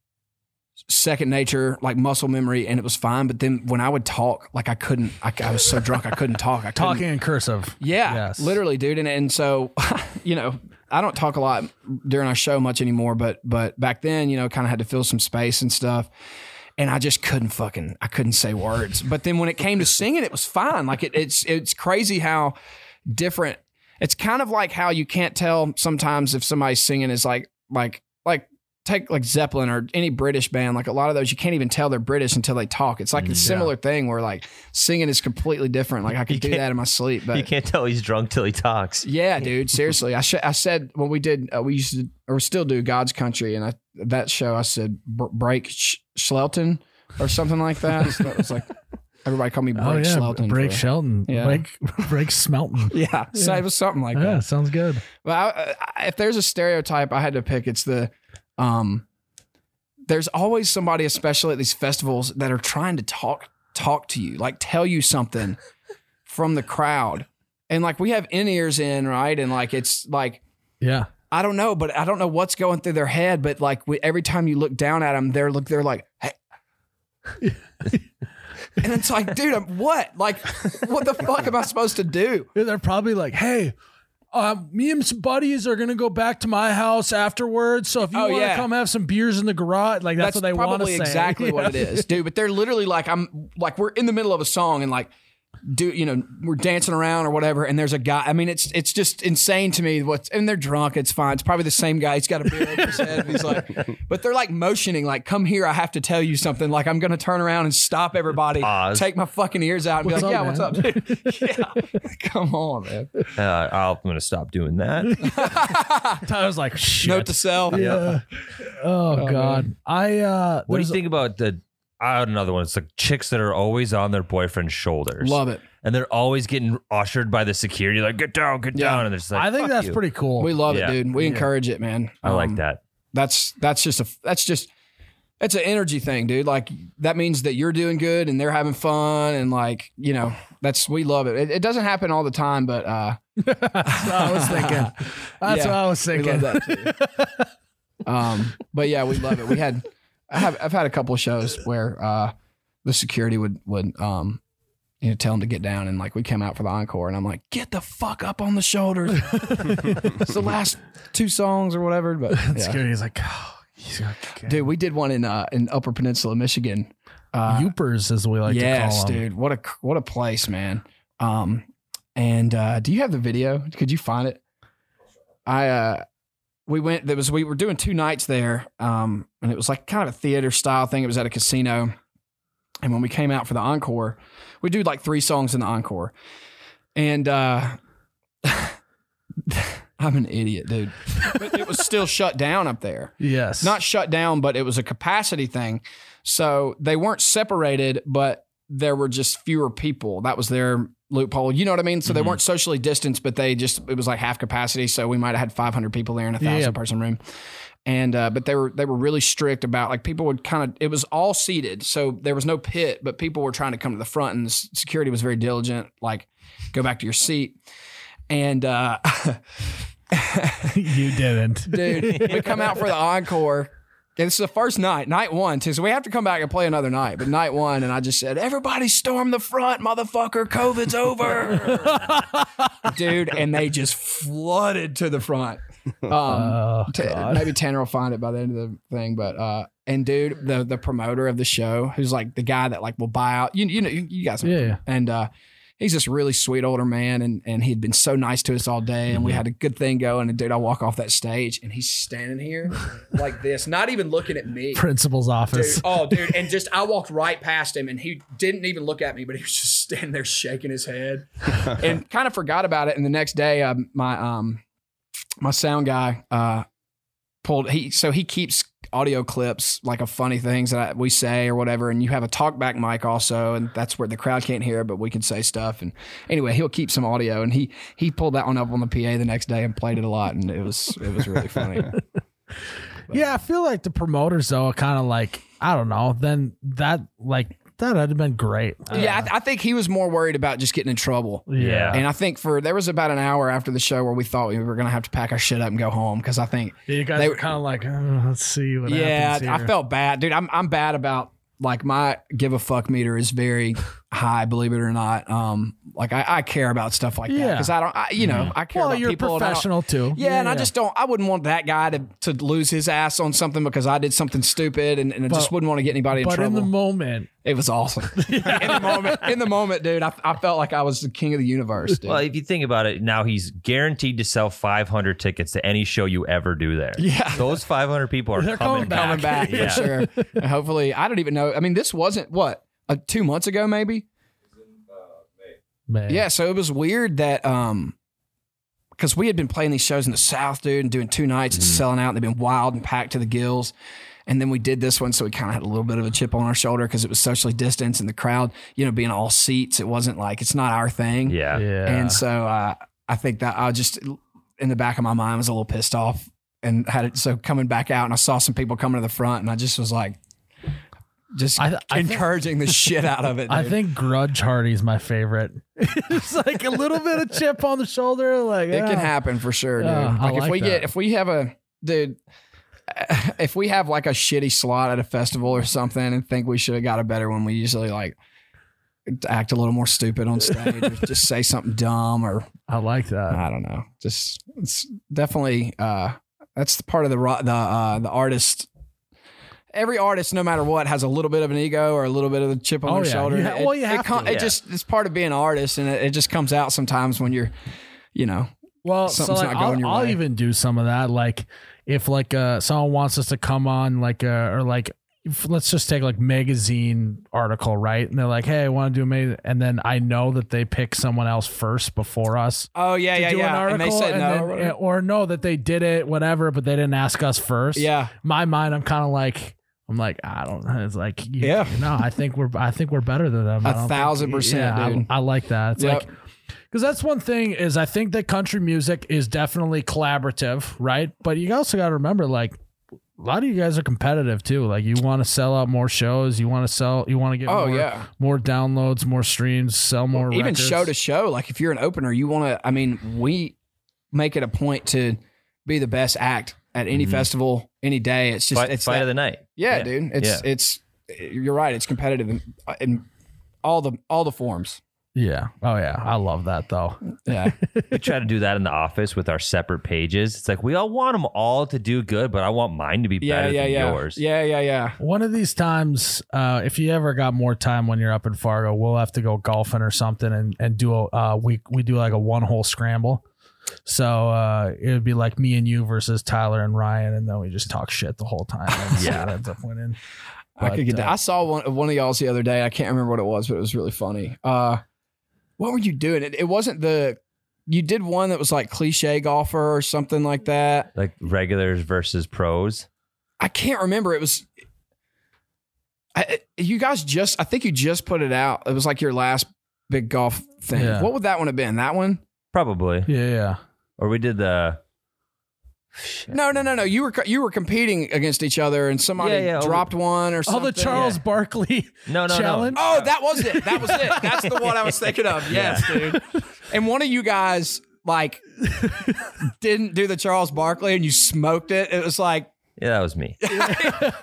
second nature, like muscle memory, and it was fine. But then when I would talk, like I couldn't, I, I was so drunk I couldn't talk. I couldn't, Talking in cursive. Yeah, Yes. literally, dude. And and so, you know, I don't talk a lot during our show much anymore, but but back then, you know, kind of had to fill some space and stuff. And I just couldn't fucking I couldn't say words. But then when it came to singing, it was fine. Like it, it's it's crazy how different. It's kind of like how you can't tell sometimes if somebody's singing is like like like take like Zeppelin or any British band. Like a lot of those, you can't even tell they're British until they talk. It's like Mm, a similar thing where like singing is completely different. Like I could You do can't- that in my sleep. But You can't tell he's drunk till he talks. yeah, dude. Seriously, I sh- I said when we did uh, we used to or we still do God's Country, and I that show I said Br- Break Sh- Shelton or something like that. So it was like everybody called me Break Oh, yeah. Shelton. Break for- Shelton. Yeah. Break, break Smelton. yeah, so it was something like Yeah, that. sounds good. But I, I, if there's a stereotype I had to pick, it's the um. There's always somebody, especially at these festivals, that are trying to talk talk to you, like tell you something from the crowd, and like we have in ears in right, and like it's like Yeah. I don't know, but I don't know what's going through their head. But like we, every time you look down at them, they're look, they're like, hey. and it's like, dude, I'm, what? Like, what the fuck am I supposed to do? Yeah, They're probably like, hey, um, me and some buddies are gonna go back to my house afterwards. So if you Oh, want to yeah. come have some beers in the garage, like that's, what they want to probably say. exactly what it is, dude. But they're literally like, I'm like, we're in the middle of a song and like. do you know we're dancing around or whatever and there's a guy i mean it's it's just insane to me what's and they're drunk it's fine it's probably the same guy he's got a beer over his head and he's like but they're like motioning like come here i have to tell you something like i'm gonna turn around and stop everybody Pause. take my fucking ears out and What's be like yeah what's up, up dude yeah come on man Uh, I'll, I'm gonna stop doing that. Tyler's like, shit. note to self yeah. Oh, God. I uh What do there's- you think about the? I had another one. It's like chicks that are always on their boyfriend's shoulders. love it and they're always getting ushered by the security, like get down, get Yeah. down, and they're just like, I think "Fuck that's you." pretty cool. we love Yeah. it dude we encourage it man I like Um, that. that's that's just a that's just it's an energy thing, dude. Like that means that you're doing good and they're having fun and like you know that's we love it. It, it doesn't happen all the time, but uh, That's what I was thinking. That's Yeah, what I was we thinking. love that too. um, but yeah, we love it. We had I have I've had a couple of shows where uh, the security would would um, you know tell them to get down and like we came out for the encore and I'm like get the fuck up on the shoulders. it's the last two songs or whatever, but It's yeah. good. He's like, oh, he's like, dude, we did one in uh, in Upper Peninsula, Michigan. Uh, Youpers, as we like to yes, call them. dude. What a what a place, man. Um, and uh, do you have the video? Could you find it? I uh, we went. There was we were doing two nights there. Um, and it was like kind of a theater style thing. It was at a casino. And when we came out for the encore, we do like three songs in the encore, and uh, I'm an idiot, dude. But it was still shut down up there Yes. not shut down, but it was a capacity thing. So they weren't separated, but there were just fewer people. That was their loophole. You know what I mean? So Mm-hmm. they weren't socially distanced, but they just it was like half capacity. So we might have had 500 people there in a Yeah. thousand person room. And uh, but they were they were really strict about like people would kind of it was all seated, so there was no pit, but people were trying to come to the front, and the s- security was very diligent. Like, go back to your seat. And uh, you didn't. dude. We come out for the encore. And this is the first night, night one, too. So we have to come back and play another night. But night one, and I just said, "Everybody storm the front, motherfucker! COVID's over, dude!" And they just flooded to the front. Um, Oh, t- God. maybe Tanner will find it by the end of the thing. But uh, and dude, the the promoter of the show, who's like the guy that like will buy out. You you know you, you guys know Yeah, yeah. and uh, he's this really sweet older man, and and he had been so nice to us all day, and we had a good thing going. And dude, I walk off that stage, and he's standing here like this, not even looking at me. Principal's Dude, office. oh, dude, and just I walked right past him, and he didn't even look at me, but he was just standing there shaking his head, and kind of forgot about it. And the next day, uh, my um, my sound guy uh, pulled he so he keeps audio clips like of funny things that I, we say or whatever, and you have a talkback mic also, and that's where the crowd can't hear, but we can say stuff. And anyway, he'll keep some audio, and he he pulled that one up on the PA the next day and played it a lot, and it was it was really funny. oh. Yeah, I feel like the promoters though are kind of like I don't know. Then that like that would have been great. yeah, I, I think he was more worried about just getting in trouble. Yeah. And I think for there was about an hour after the show where we thought we were going to have to pack our shit up and go home because I think You guys They- were kind of like, oh, let's see what yeah happens. I here." felt bad, dude. I'm I'm bad about like my give a fuck meter is very high, believe it or not. Um, like I, I care about stuff like that Yeah. because I don't, I, you know, I care Well, about you're a people. and I don't- professional too. yeah, and I just don't. I wouldn't want that guy to, to lose his ass on something because I did something stupid, and, and I just But- wouldn't want to get anybody in But in trouble. the moment, it was awesome. in the moment, in the moment, dude, I, I felt like I was the king of the universe. Dude. Well, if you think about it, now he's guaranteed to sell 500 tickets to any show you ever do there. Yeah. those 500 people are They're coming, coming back. coming back Yeah. for sure. And hopefully, I don't even know. I mean, this wasn't what uh, two months ago, maybe. man. Yeah, so it was weird that um, because we had been playing these shows in the South, dude, and doing two nights and selling out. And they've been wild and packed to the gills. And then we did this one, so we kind of had a little bit of a chip on our shoulder because it was socially distanced and the crowd, you know, being all seats. It wasn't like it's not our thing. Yeah. Yeah. And so uh, I think that I just in the back of my mind was a little pissed off and had it so coming back out and I saw some people coming to the front and I just was like just I- I think- encouraging the shit out of it. I dude. think Grudge Hardy's my favorite. it's like a little bit of chip on the shoulder. Like ah. it yeah. can happen for sure, dude. Yeah, I like, if like we that. get if we have a dude if we have like a shitty slot at a festival or something and think we should have got a better one, we usually like act a little more stupid on stage or just say something dumb or I like that. I don't know. Just it's definitely uh that's the part of the ro- the uh the artist every artist, no matter what, has a little bit of an ego or a little bit of a chip on Oh, their yeah. shoulder. You ha- It- well, you it have com- to. It just it's part of being an artist, and it, it just comes out sometimes when you're, you know, Well, so Something's like, not I'll, going your I'll way. even do some of that. Like if like uh someone wants us to come on like uh or like if, let's just take like magazine article right, and they're like, hey, I want to do a mag, and then I know that they pick someone else first before us. oh yeah, to yeah, do an yeah, article, and they said and no, then- or whatever. or no, that they did it, whatever, but they didn't ask us first. yeah, my mind, I'm kind of like, I'm like, I don't. know. It's like, you- Yeah. no, I think we're, I think we're better than them. A I don't thousand think- percent, I- dude. I, like that. It's Yep. like, because that's one thing is I think that country music is definitely collaborative, right? But you also got to remember, like. A lot of you guys are competitive too. Like you want to sell out more shows, you want to sell, you want to get oh more, yeah. more downloads, more streams, sell more. even records. show to show like if you're an opener you want to i mean we make it a point to be the best act at any Mm-hmm. Mhm. festival any day it's just fight it's fight that- of the night. yeah, yeah, dude it's it's you're right it's competitive in, in all the all the forms yeah. Oh yeah, I love that though. yeah we try to do that in the office with our separate pages. It's like we all want them all to do good, but I want mine to be yeah better yeah than yeah yours. yeah yeah yeah One of these times, uh, if you ever got more time when you're up in Fargo, we'll have to go golfing or something and and do a uh, we we do like a one hole scramble. So uh, it would be like me and you versus Tyler and Ryan, and then we just talk shit the whole time. And see Yeah. what ends up winning. I could get But, that. uh, I saw one one of y'all's the other day. I can't remember what it was, but it was really funny. Uh, what were you doing? It, it wasn't the. You did one that was like cliche golfer or something like that. Like regulars versus pros. I can't remember. It was. I, I- you guys just, I think you just put it out. It was like your last big golf thing. Yeah. What would that one have been? That one? Probably. Yeah, yeah. Or we did the No, no, no, no. You were co- you were competing against each other, and somebody Yeah, yeah. dropped one or Oh, something. the Charles yeah. Barkley No, no, challenge. no. Oh, that was it. That was it. That's the one I was thinking of. Yes, dude. And one of you guys like didn't do the Charles Barkley, and you smoked it. It was like Yeah, that was me.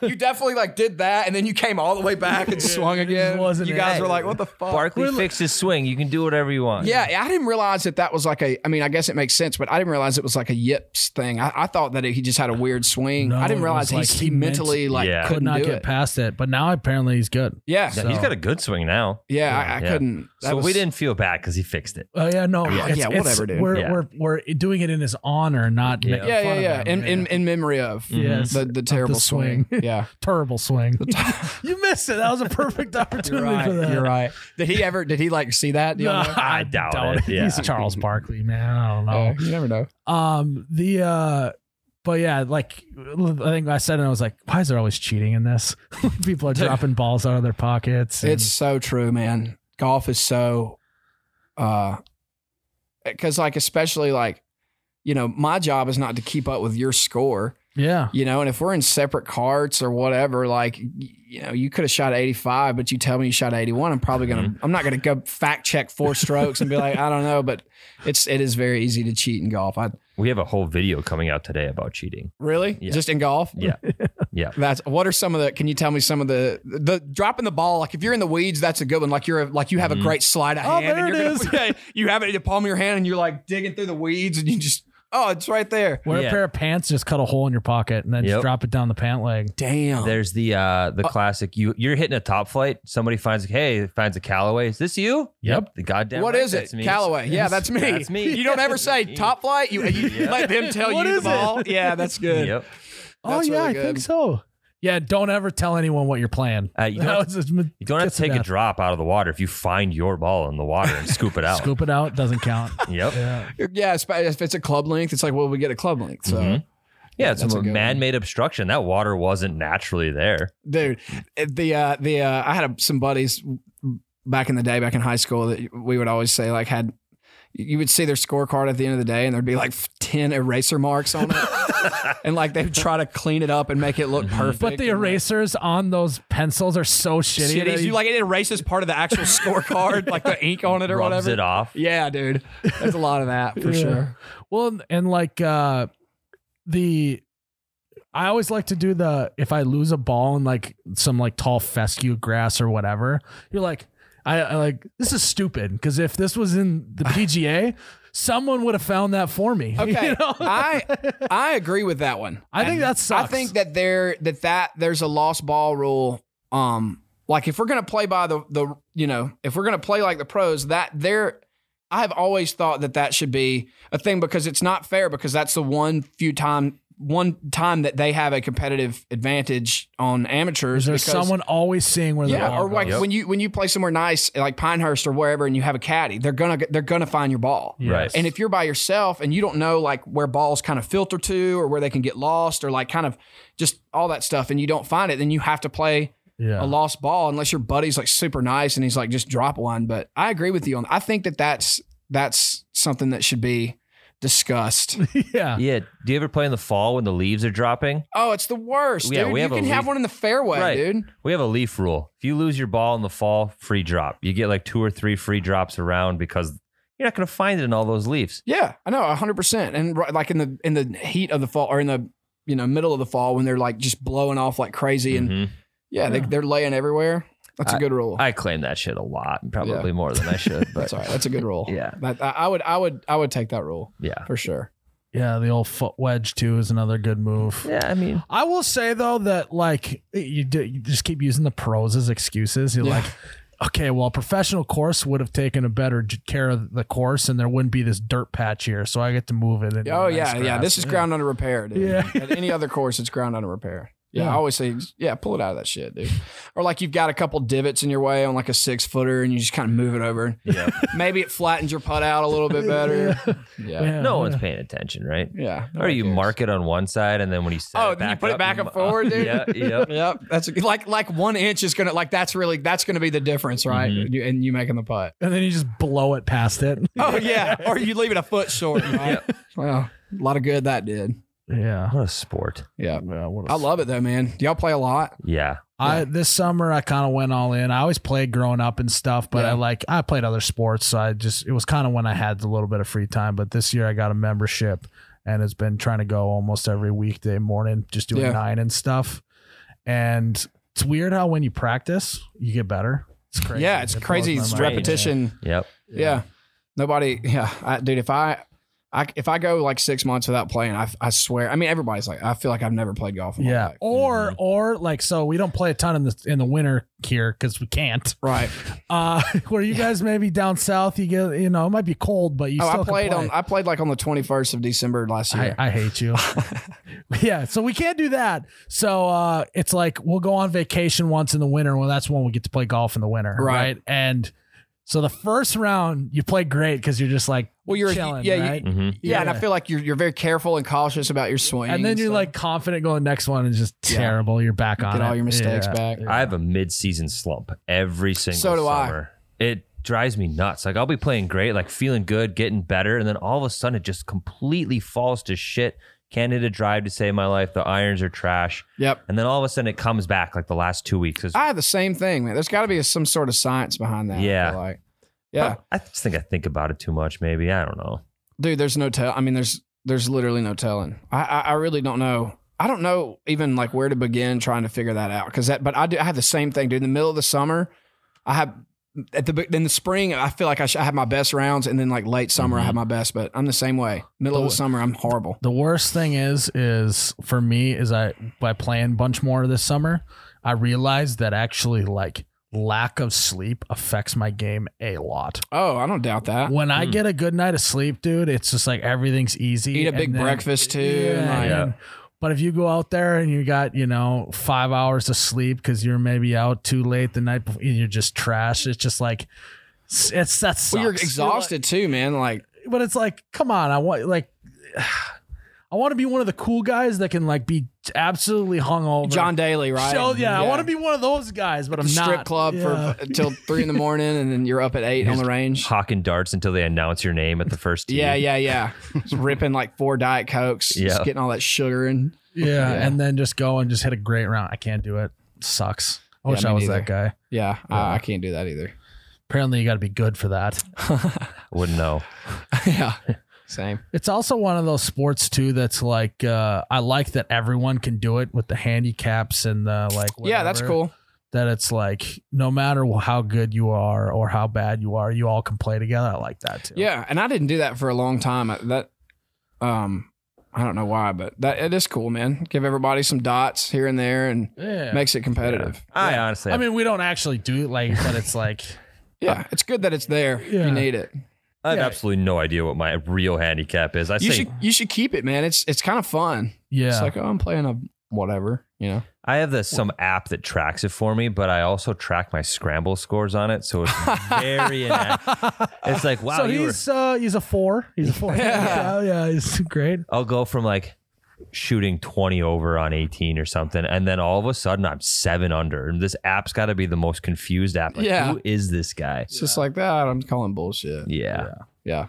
you definitely like did that, and then you came all the way back and swung again. wasn't you it. guys were like, "What the fuck?" Barkley fixed his swing. You can do whatever you want. Yeah, I didn't realize that that was like a. I mean, I guess it makes sense, but I didn't realize it was like a yips thing. I, I thought that he just had a weird swing. No, I it didn't was realize like he, he he meant- mentally like Yeah. could couldn't not do get it. past it, but now apparently he's good. yeah, Yeah, he's So- got a good swing now. yeah, I, I Yeah. couldn't. that so we was- didn't feel bad because he fixed it. Oh yeah, no, yeah, it's- it's- whatever, dude. We're, Yeah. we're we're doing it in his honor, not Yeah. making Yeah, yeah, fun of yeah. him. In, in in memory Mm-hmm. of Yes. the the terrible swing. swing. Yeah, terrible swing. you missed it. That was a perfect you're opportunity right. for that. You're right. Did he ever? Did he like see that? Do you No, know? I, I doubt, doubt it. it. Yeah. He's Charles Barkley, man. I don't Uh, know. you never know. Um, the uh, but yeah, like I think I said, and I was like, why is there always cheating in this? People are dropping balls out of their pockets. and- It's so true, man. Golf is so, uh, because like especially like, you know, my job is not to keep up with your score. yeah, you know and if we're in separate carts or whatever like y- you know you could have shot 85 but you tell me you shot 81 i'm probably gonna Mm-hmm. i'm not gonna go fact check four strokes and be like i don't know but it's it is very easy to cheat in golf i We have a whole video coming out today about cheating. really Yeah. just in golf Yeah. Yeah. that's what are some of the can you tell me some of the the dropping the ball like if you're in the weeds that's a good one like you're a, like you have Mm-hmm. a great slide of Oh, hand and there you're it gonna, yeah, you have it in the palm of your hand and you're like digging through the weeds and you just oh it's right there wear a Yeah. pair of pants, just cut a hole in your pocket, and then just Yep. drop it down the pant leg. damn There's the uh the classic you you're hitting a top flight, somebody finds hey, finds a Callaway. Is this you? Yep. The goddamn What right, is that's it? me. Callaway. Yeah, that's me. That's me. You don't ever say top flight. You, you Yeah. let them tell What you is the ball. Yeah, that's good. Yep. Oh That's yeah, really I think good. so. Yeah, don't ever tell anyone what you're playing. Uh, you don't- That was a- You don't have Kiss to take of a death. drop out of the water if you find your ball in the water and scoop it out. Scoop it out doesn't count. Yep. Yeah, yeah. Yeah, it's- if it's a club length, it's like, well, we get a club length. So, Mhm. it's that's a a good one. man-made obstruction. That water wasn't naturally there. dude, the uh, the uh, I had a, some buddies back in the day, back in high school, that we would always say like had. You would see their scorecard at the end of the day, and there'd be like ten eraser marks on it, and like they would try to clean it up and make it Mm-hmm. look perfect. But the and, like, erasers on those pencils are so shitty. shitty. that You like it erases part of the actual scorecard, like the ink on it or Rubs whatever. it off. Yeah, dude. There's a lot of that for Yeah. sure. Well, and- and like uh the I always like to do the if I lose a ball in like some like tall fescue grass or whatever, you're like I, I like this is stupid because if this was in the PGA, someone would have found that for me. Okay, You know? I I agree with that one. I think that sucks. I think that there that that there's a lost ball rule. Um, like if we're gonna play by the the you know if we're gonna play like the pros, that there, I have always thought that that should be a thing because it's not fair because that's the one few time one time that they have a competitive advantage on amateurs. Is there because- someone always seeing where they Yeah, are? or like Yep. when you when you play somewhere nice like Pinehurst or wherever, and you have a caddy, they're gonna they're gonna find your ball. Right. And if you're by yourself and you don't know like where balls kind of filter to or where they can get lost or like kind of just all that stuff and you don't find it, then you have to play yeah. a lost ball unless your buddy's like super nice and he's like just drop one. But I agree with you on. I think that that's that's something that should be discussed. yeah. Yeah. Do you ever play in the fall when the leaves are dropping? oh, it's the worst, Yeah, dude. we you have a can have leaf- one in the fairway, Right. dude. We have a leaf rule. If you lose your ball in the fall, free drop. You get like two or three free drops around because you're not going to find it in all those leaves. Yeah, I know, hundred percent. And right, like in the in the heat of the fall or in the you know middle of the fall when they're like just blowing off like crazy and Mhm. yeah, They, they're laying everywhere. That's a good rule. I claim that shit a lot, probably more than I should. But That's all right. That's a good rule. Yeah. That, I, I would, I would, I would take that rule yeah, for sure. Yeah, the old foot wedge too is another good move. yeah. I mean, I will say though that like you, do, you just keep using the pros as excuses. You're Yeah. like, okay, well, a professional course would have taken a better j- care of the course, and there wouldn't be this dirt patch here, so I get to move it. into Oh nice yeah, yeah. grass. This is ground under repair, dude. Yeah. At any other course, it's ground under repair. Yeah, Yeah. I always say, yeah, pull it out of that shit, dude. Or like you've got a couple divots in your way on like a six footer, and you just kind of move it over. yeah. Maybe it flattens your putt out a little bit better. Yeah, yeah. Yeah, no one's yeah. paying attention, right? Or nobody you cares. mark it on one side, and then when you set Oh, it then you back put it up, back you and mu- forward, dude? yeah, yeah. Yep, that's a, like like one inch is gonna like that's really that's gonna be the difference, right? Mhm. You- And you making the putt. and then you just blow it past it. Oh yeah, or you leave it a foot short. Right? Well, a lot of good that did. yeah. What a sport. Yeah. Yeah, what a I love it though, man. Do y'all play a lot? Yeah. I this summer I kind of went all in. I always played growing up and stuff, but Yeah. I like I played other sports, so I just it was kind of when I had a little bit of free time. But this year I got a membership, and it's been trying to go almost every weekday morning, just doing Yeah. nine and stuff. And it's weird how when you practice, you get better. It's crazy. Yeah, it's It blows crazy. my It's mind. repetition. Yep. Yeah. Nobody. Yeah, I, dude. If I, I, if I go like six months without playing, I, I swear. I mean, everybody's like, I feel like I've never played golf. In Oh my Mm-hmm. Yeah, life. or or like so we don't play a ton in the in the winter here because we can't. Right. Uh, where you guys maybe down south, you get you know it might be cold, but you oh, still I can played play. on. I played like on the twenty first of December last year. I, I hate you. yeah, so we can't do that. So uh, it's like we'll go on vacation once in the winter. Well, that's when we get to play golf in the winter, Right. right? And so the first round you play great because you're just like well, you're chilling, yeah, you- Mm-hmm. right? hmm yeah, and I Yeah. feel like you're you're very careful and cautious about your swing. and then you're stuff. like confident going next one is just Yeah. terrible. You're back on get all it. your mistakes Yeah. back. I have a mid-season slump every single So do I. summer. It drives me nuts. Like I'll be playing great, like feeling good, getting better, and then all of a sudden it just completely falls to shit. Can't hit a drive to save my life. The irons are trash, Yep. and then all of a sudden it comes back like the last two weeks. It's- I have the same thing, man. There's got to be some sort of science behind that. I Yeah. feel Like, yeah, I just think I think about it too much. Maybe I don't know. dude. There's no tell. I mean, there's there's literally no telling. I I, I really don't know. I don't know even like where to begin trying to figure that out because that. But I do. I have the same thing, dude. In the middle of the summer, I have at the be- in the spring. I feel like I, sh- I have my best rounds, and then like late summer, Mm-hmm. I have my best. But I'm the same way. Middle of the summer, I'm horrible. The worst thing is, is for me, is I by playing a bunch more this summer, I realized that actually like lack of sleep affects my game a lot. Oh, I don't doubt that. when I get a good night of sleep, dude, it's just like everything's easy. Hmm. Eat a And big then- breakfast too. and, Yeah. like- and- But if you go out there and you got, you know, five hours of sleep because you're maybe out too late the night before and you're just trash, it's just like, it's that's sucks. Well, you're like- exhausted too, man. Like, but it's like, come on, I want like, I want to be one of the cool guys that can like be absolutely hungover. John Daly, right? So, yeah, I want to be one of those guys, but I'm strip not. club Yeah. for until three in the morning, and then you're up at eight on the range. Hawking darts until they announce your name at the first. tee. Yeah, yeah, yeah. Just ripping like four diet cokes. Yeah, Yeah. just getting all that sugar in. yeah, and then just go and just hit a great round. I can't do it. Sucks. I Yeah, wish me I was neither. that guy. Yeah, I, I can't do that either. Apparently, you got to be good for that. wouldn't know. yeah, same. It's also one of those sports too that's like uh, I like that everyone can do it with the handicaps and the like. Yeah, that's whatever. cool. that it's like no matter how good you are or how bad you are, you all can play together. I like that too. Yeah, and I didn't do that for a long time. I- That, um, I don't know why, but that it is cool, man. Give everybody some dots here and there, and Yeah. makes it competitive. I honestly, I mean, we don't actually do it like, but it's like, Yeah, it's good that it's there. if Yeah. You need it. I have yeah. absolutely no idea what my real handicap is. I You say should you should keep it, man. It's it's kind of fun. It's yeah, like oh, I'm playing a whatever, you know. I have this some app that tracks it for me, but I also track my scramble scores on it, so it's very. inac- it's like wow, so you were, he's uh, he's a four. He's a four. yeah, Yeah. yeah, he's great. I'll go from like shooting 20 over on 18 or something and then all of a sudden I'm 7 under and this app's got to be the most confused app like Yeah. who is this guy It's just like that. I'm calling bullshit. yeah, Yeah.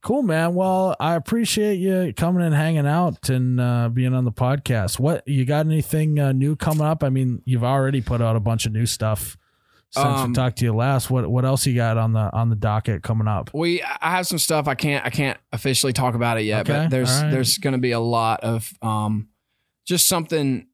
Cool, man. Well, I appreciate you coming and hanging out and uh, being on the podcast. What you got? Anything uh, new coming up? I mean, you've already put out a bunch of new stuff since Um, we talked to you last. What What else you got on the on the docket coming up? We I have some stuff I can't I can't officially talk about it yet, Okay, but there's all right. there's going to be a lot of um just something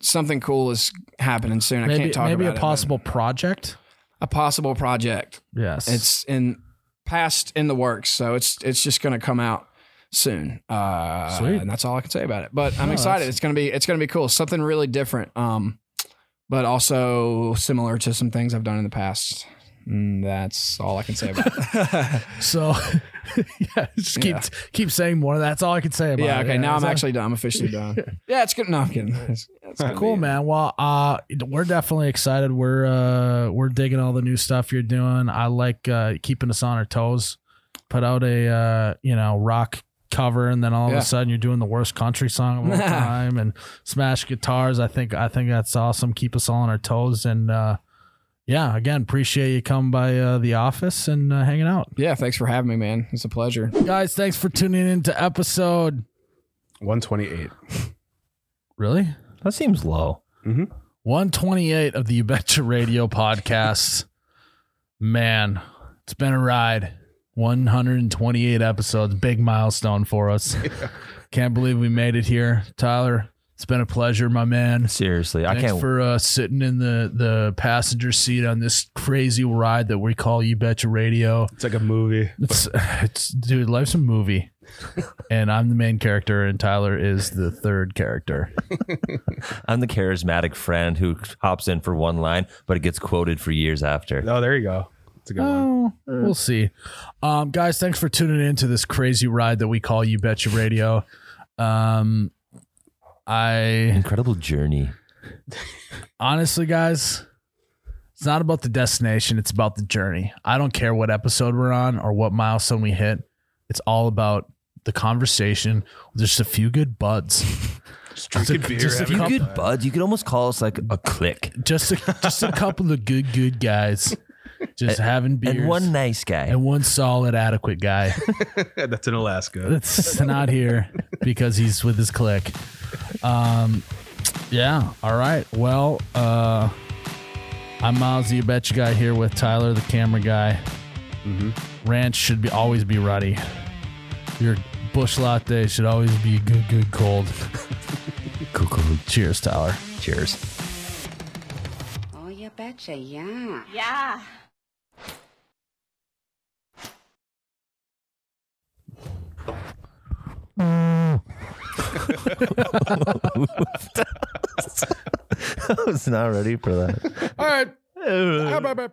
something cool is happening soon. I maybe can't talk maybe about a it, but possible project. a possible project. Yes, It's in past in the works, so it's it's just going to come out soon. Uh, Sweet. and that's all I can say about it. But I'm No, excited. that's- It's gonna be it's gonna be cool. Something really different, um, but also similar to some things I've done in the past. Mm, that's all I can say about it. so. yeah, just keep Yeah. keep saying more. That's all I can say about yeah. it. Okay. now I'm so- actually done. I'm officially done. yeah. It's good. No, I'm kidding. It's, it's gonna cool Oh, be- man well uh we're definitely excited we're uh we're digging all the new stuff you're doing i like uh keeping us on our toes put out a uh you know rock cover and then all Yeah. of a sudden you're doing the worst country song of all time and smash guitars i think i think that's awesome keep us all on our toes and uh yeah again appreciate you coming by uh, the office and uh, hanging out Yeah. Thanks for having me, man. It's a pleasure. guys thanks for tuning in to episode 128. really that seems low 128 of the You Betcha Radio podcast. Man, it's been a ride. 128 episodes, big milestone for us. Can't believe we made it here. Tyler, it's been a pleasure, my man. seriously I Thanks can't for uh, sitting in the, the passenger seat on this crazy ride that we call You Betcha Radio. It's like a movie. It's, it's dude, life's a movie, and I'm the main character, and Tyler is the third character. I'm the charismatic friend who hops in for one line but it gets quoted for years after Oh, there you go. It's a good one. Oh, we'll see. Um, guys, thanks for tuning in to this crazy ride that we call You Betcha Radio. Um, I incredible journey honestly, guys, it's not about the destination, it's about the journey. I don't care what episode we're on or what milestone we hit, it's all about the conversation. There's a few good buds. Just Just drinking a- beer. just a having you Couple- fun. could bud you could almost call us like a clique Just a, just a couple of good, good guys. Just having beers. and one nice guy and one solid, adequate guy. That's in Alaska. It's not here because he's with his click. Um, yeah. All right. Well, uh, I'm Miles, the You Betcha guy here with Tyler, the camera guy. Ranch should be always be ruddy. Your bush latte should always be good, good cold. cool, cool. Cheers, Tyler. cheers Oh, you betcha, yeah. Yeah. I was not ready for that All right. Bye, bye, bye.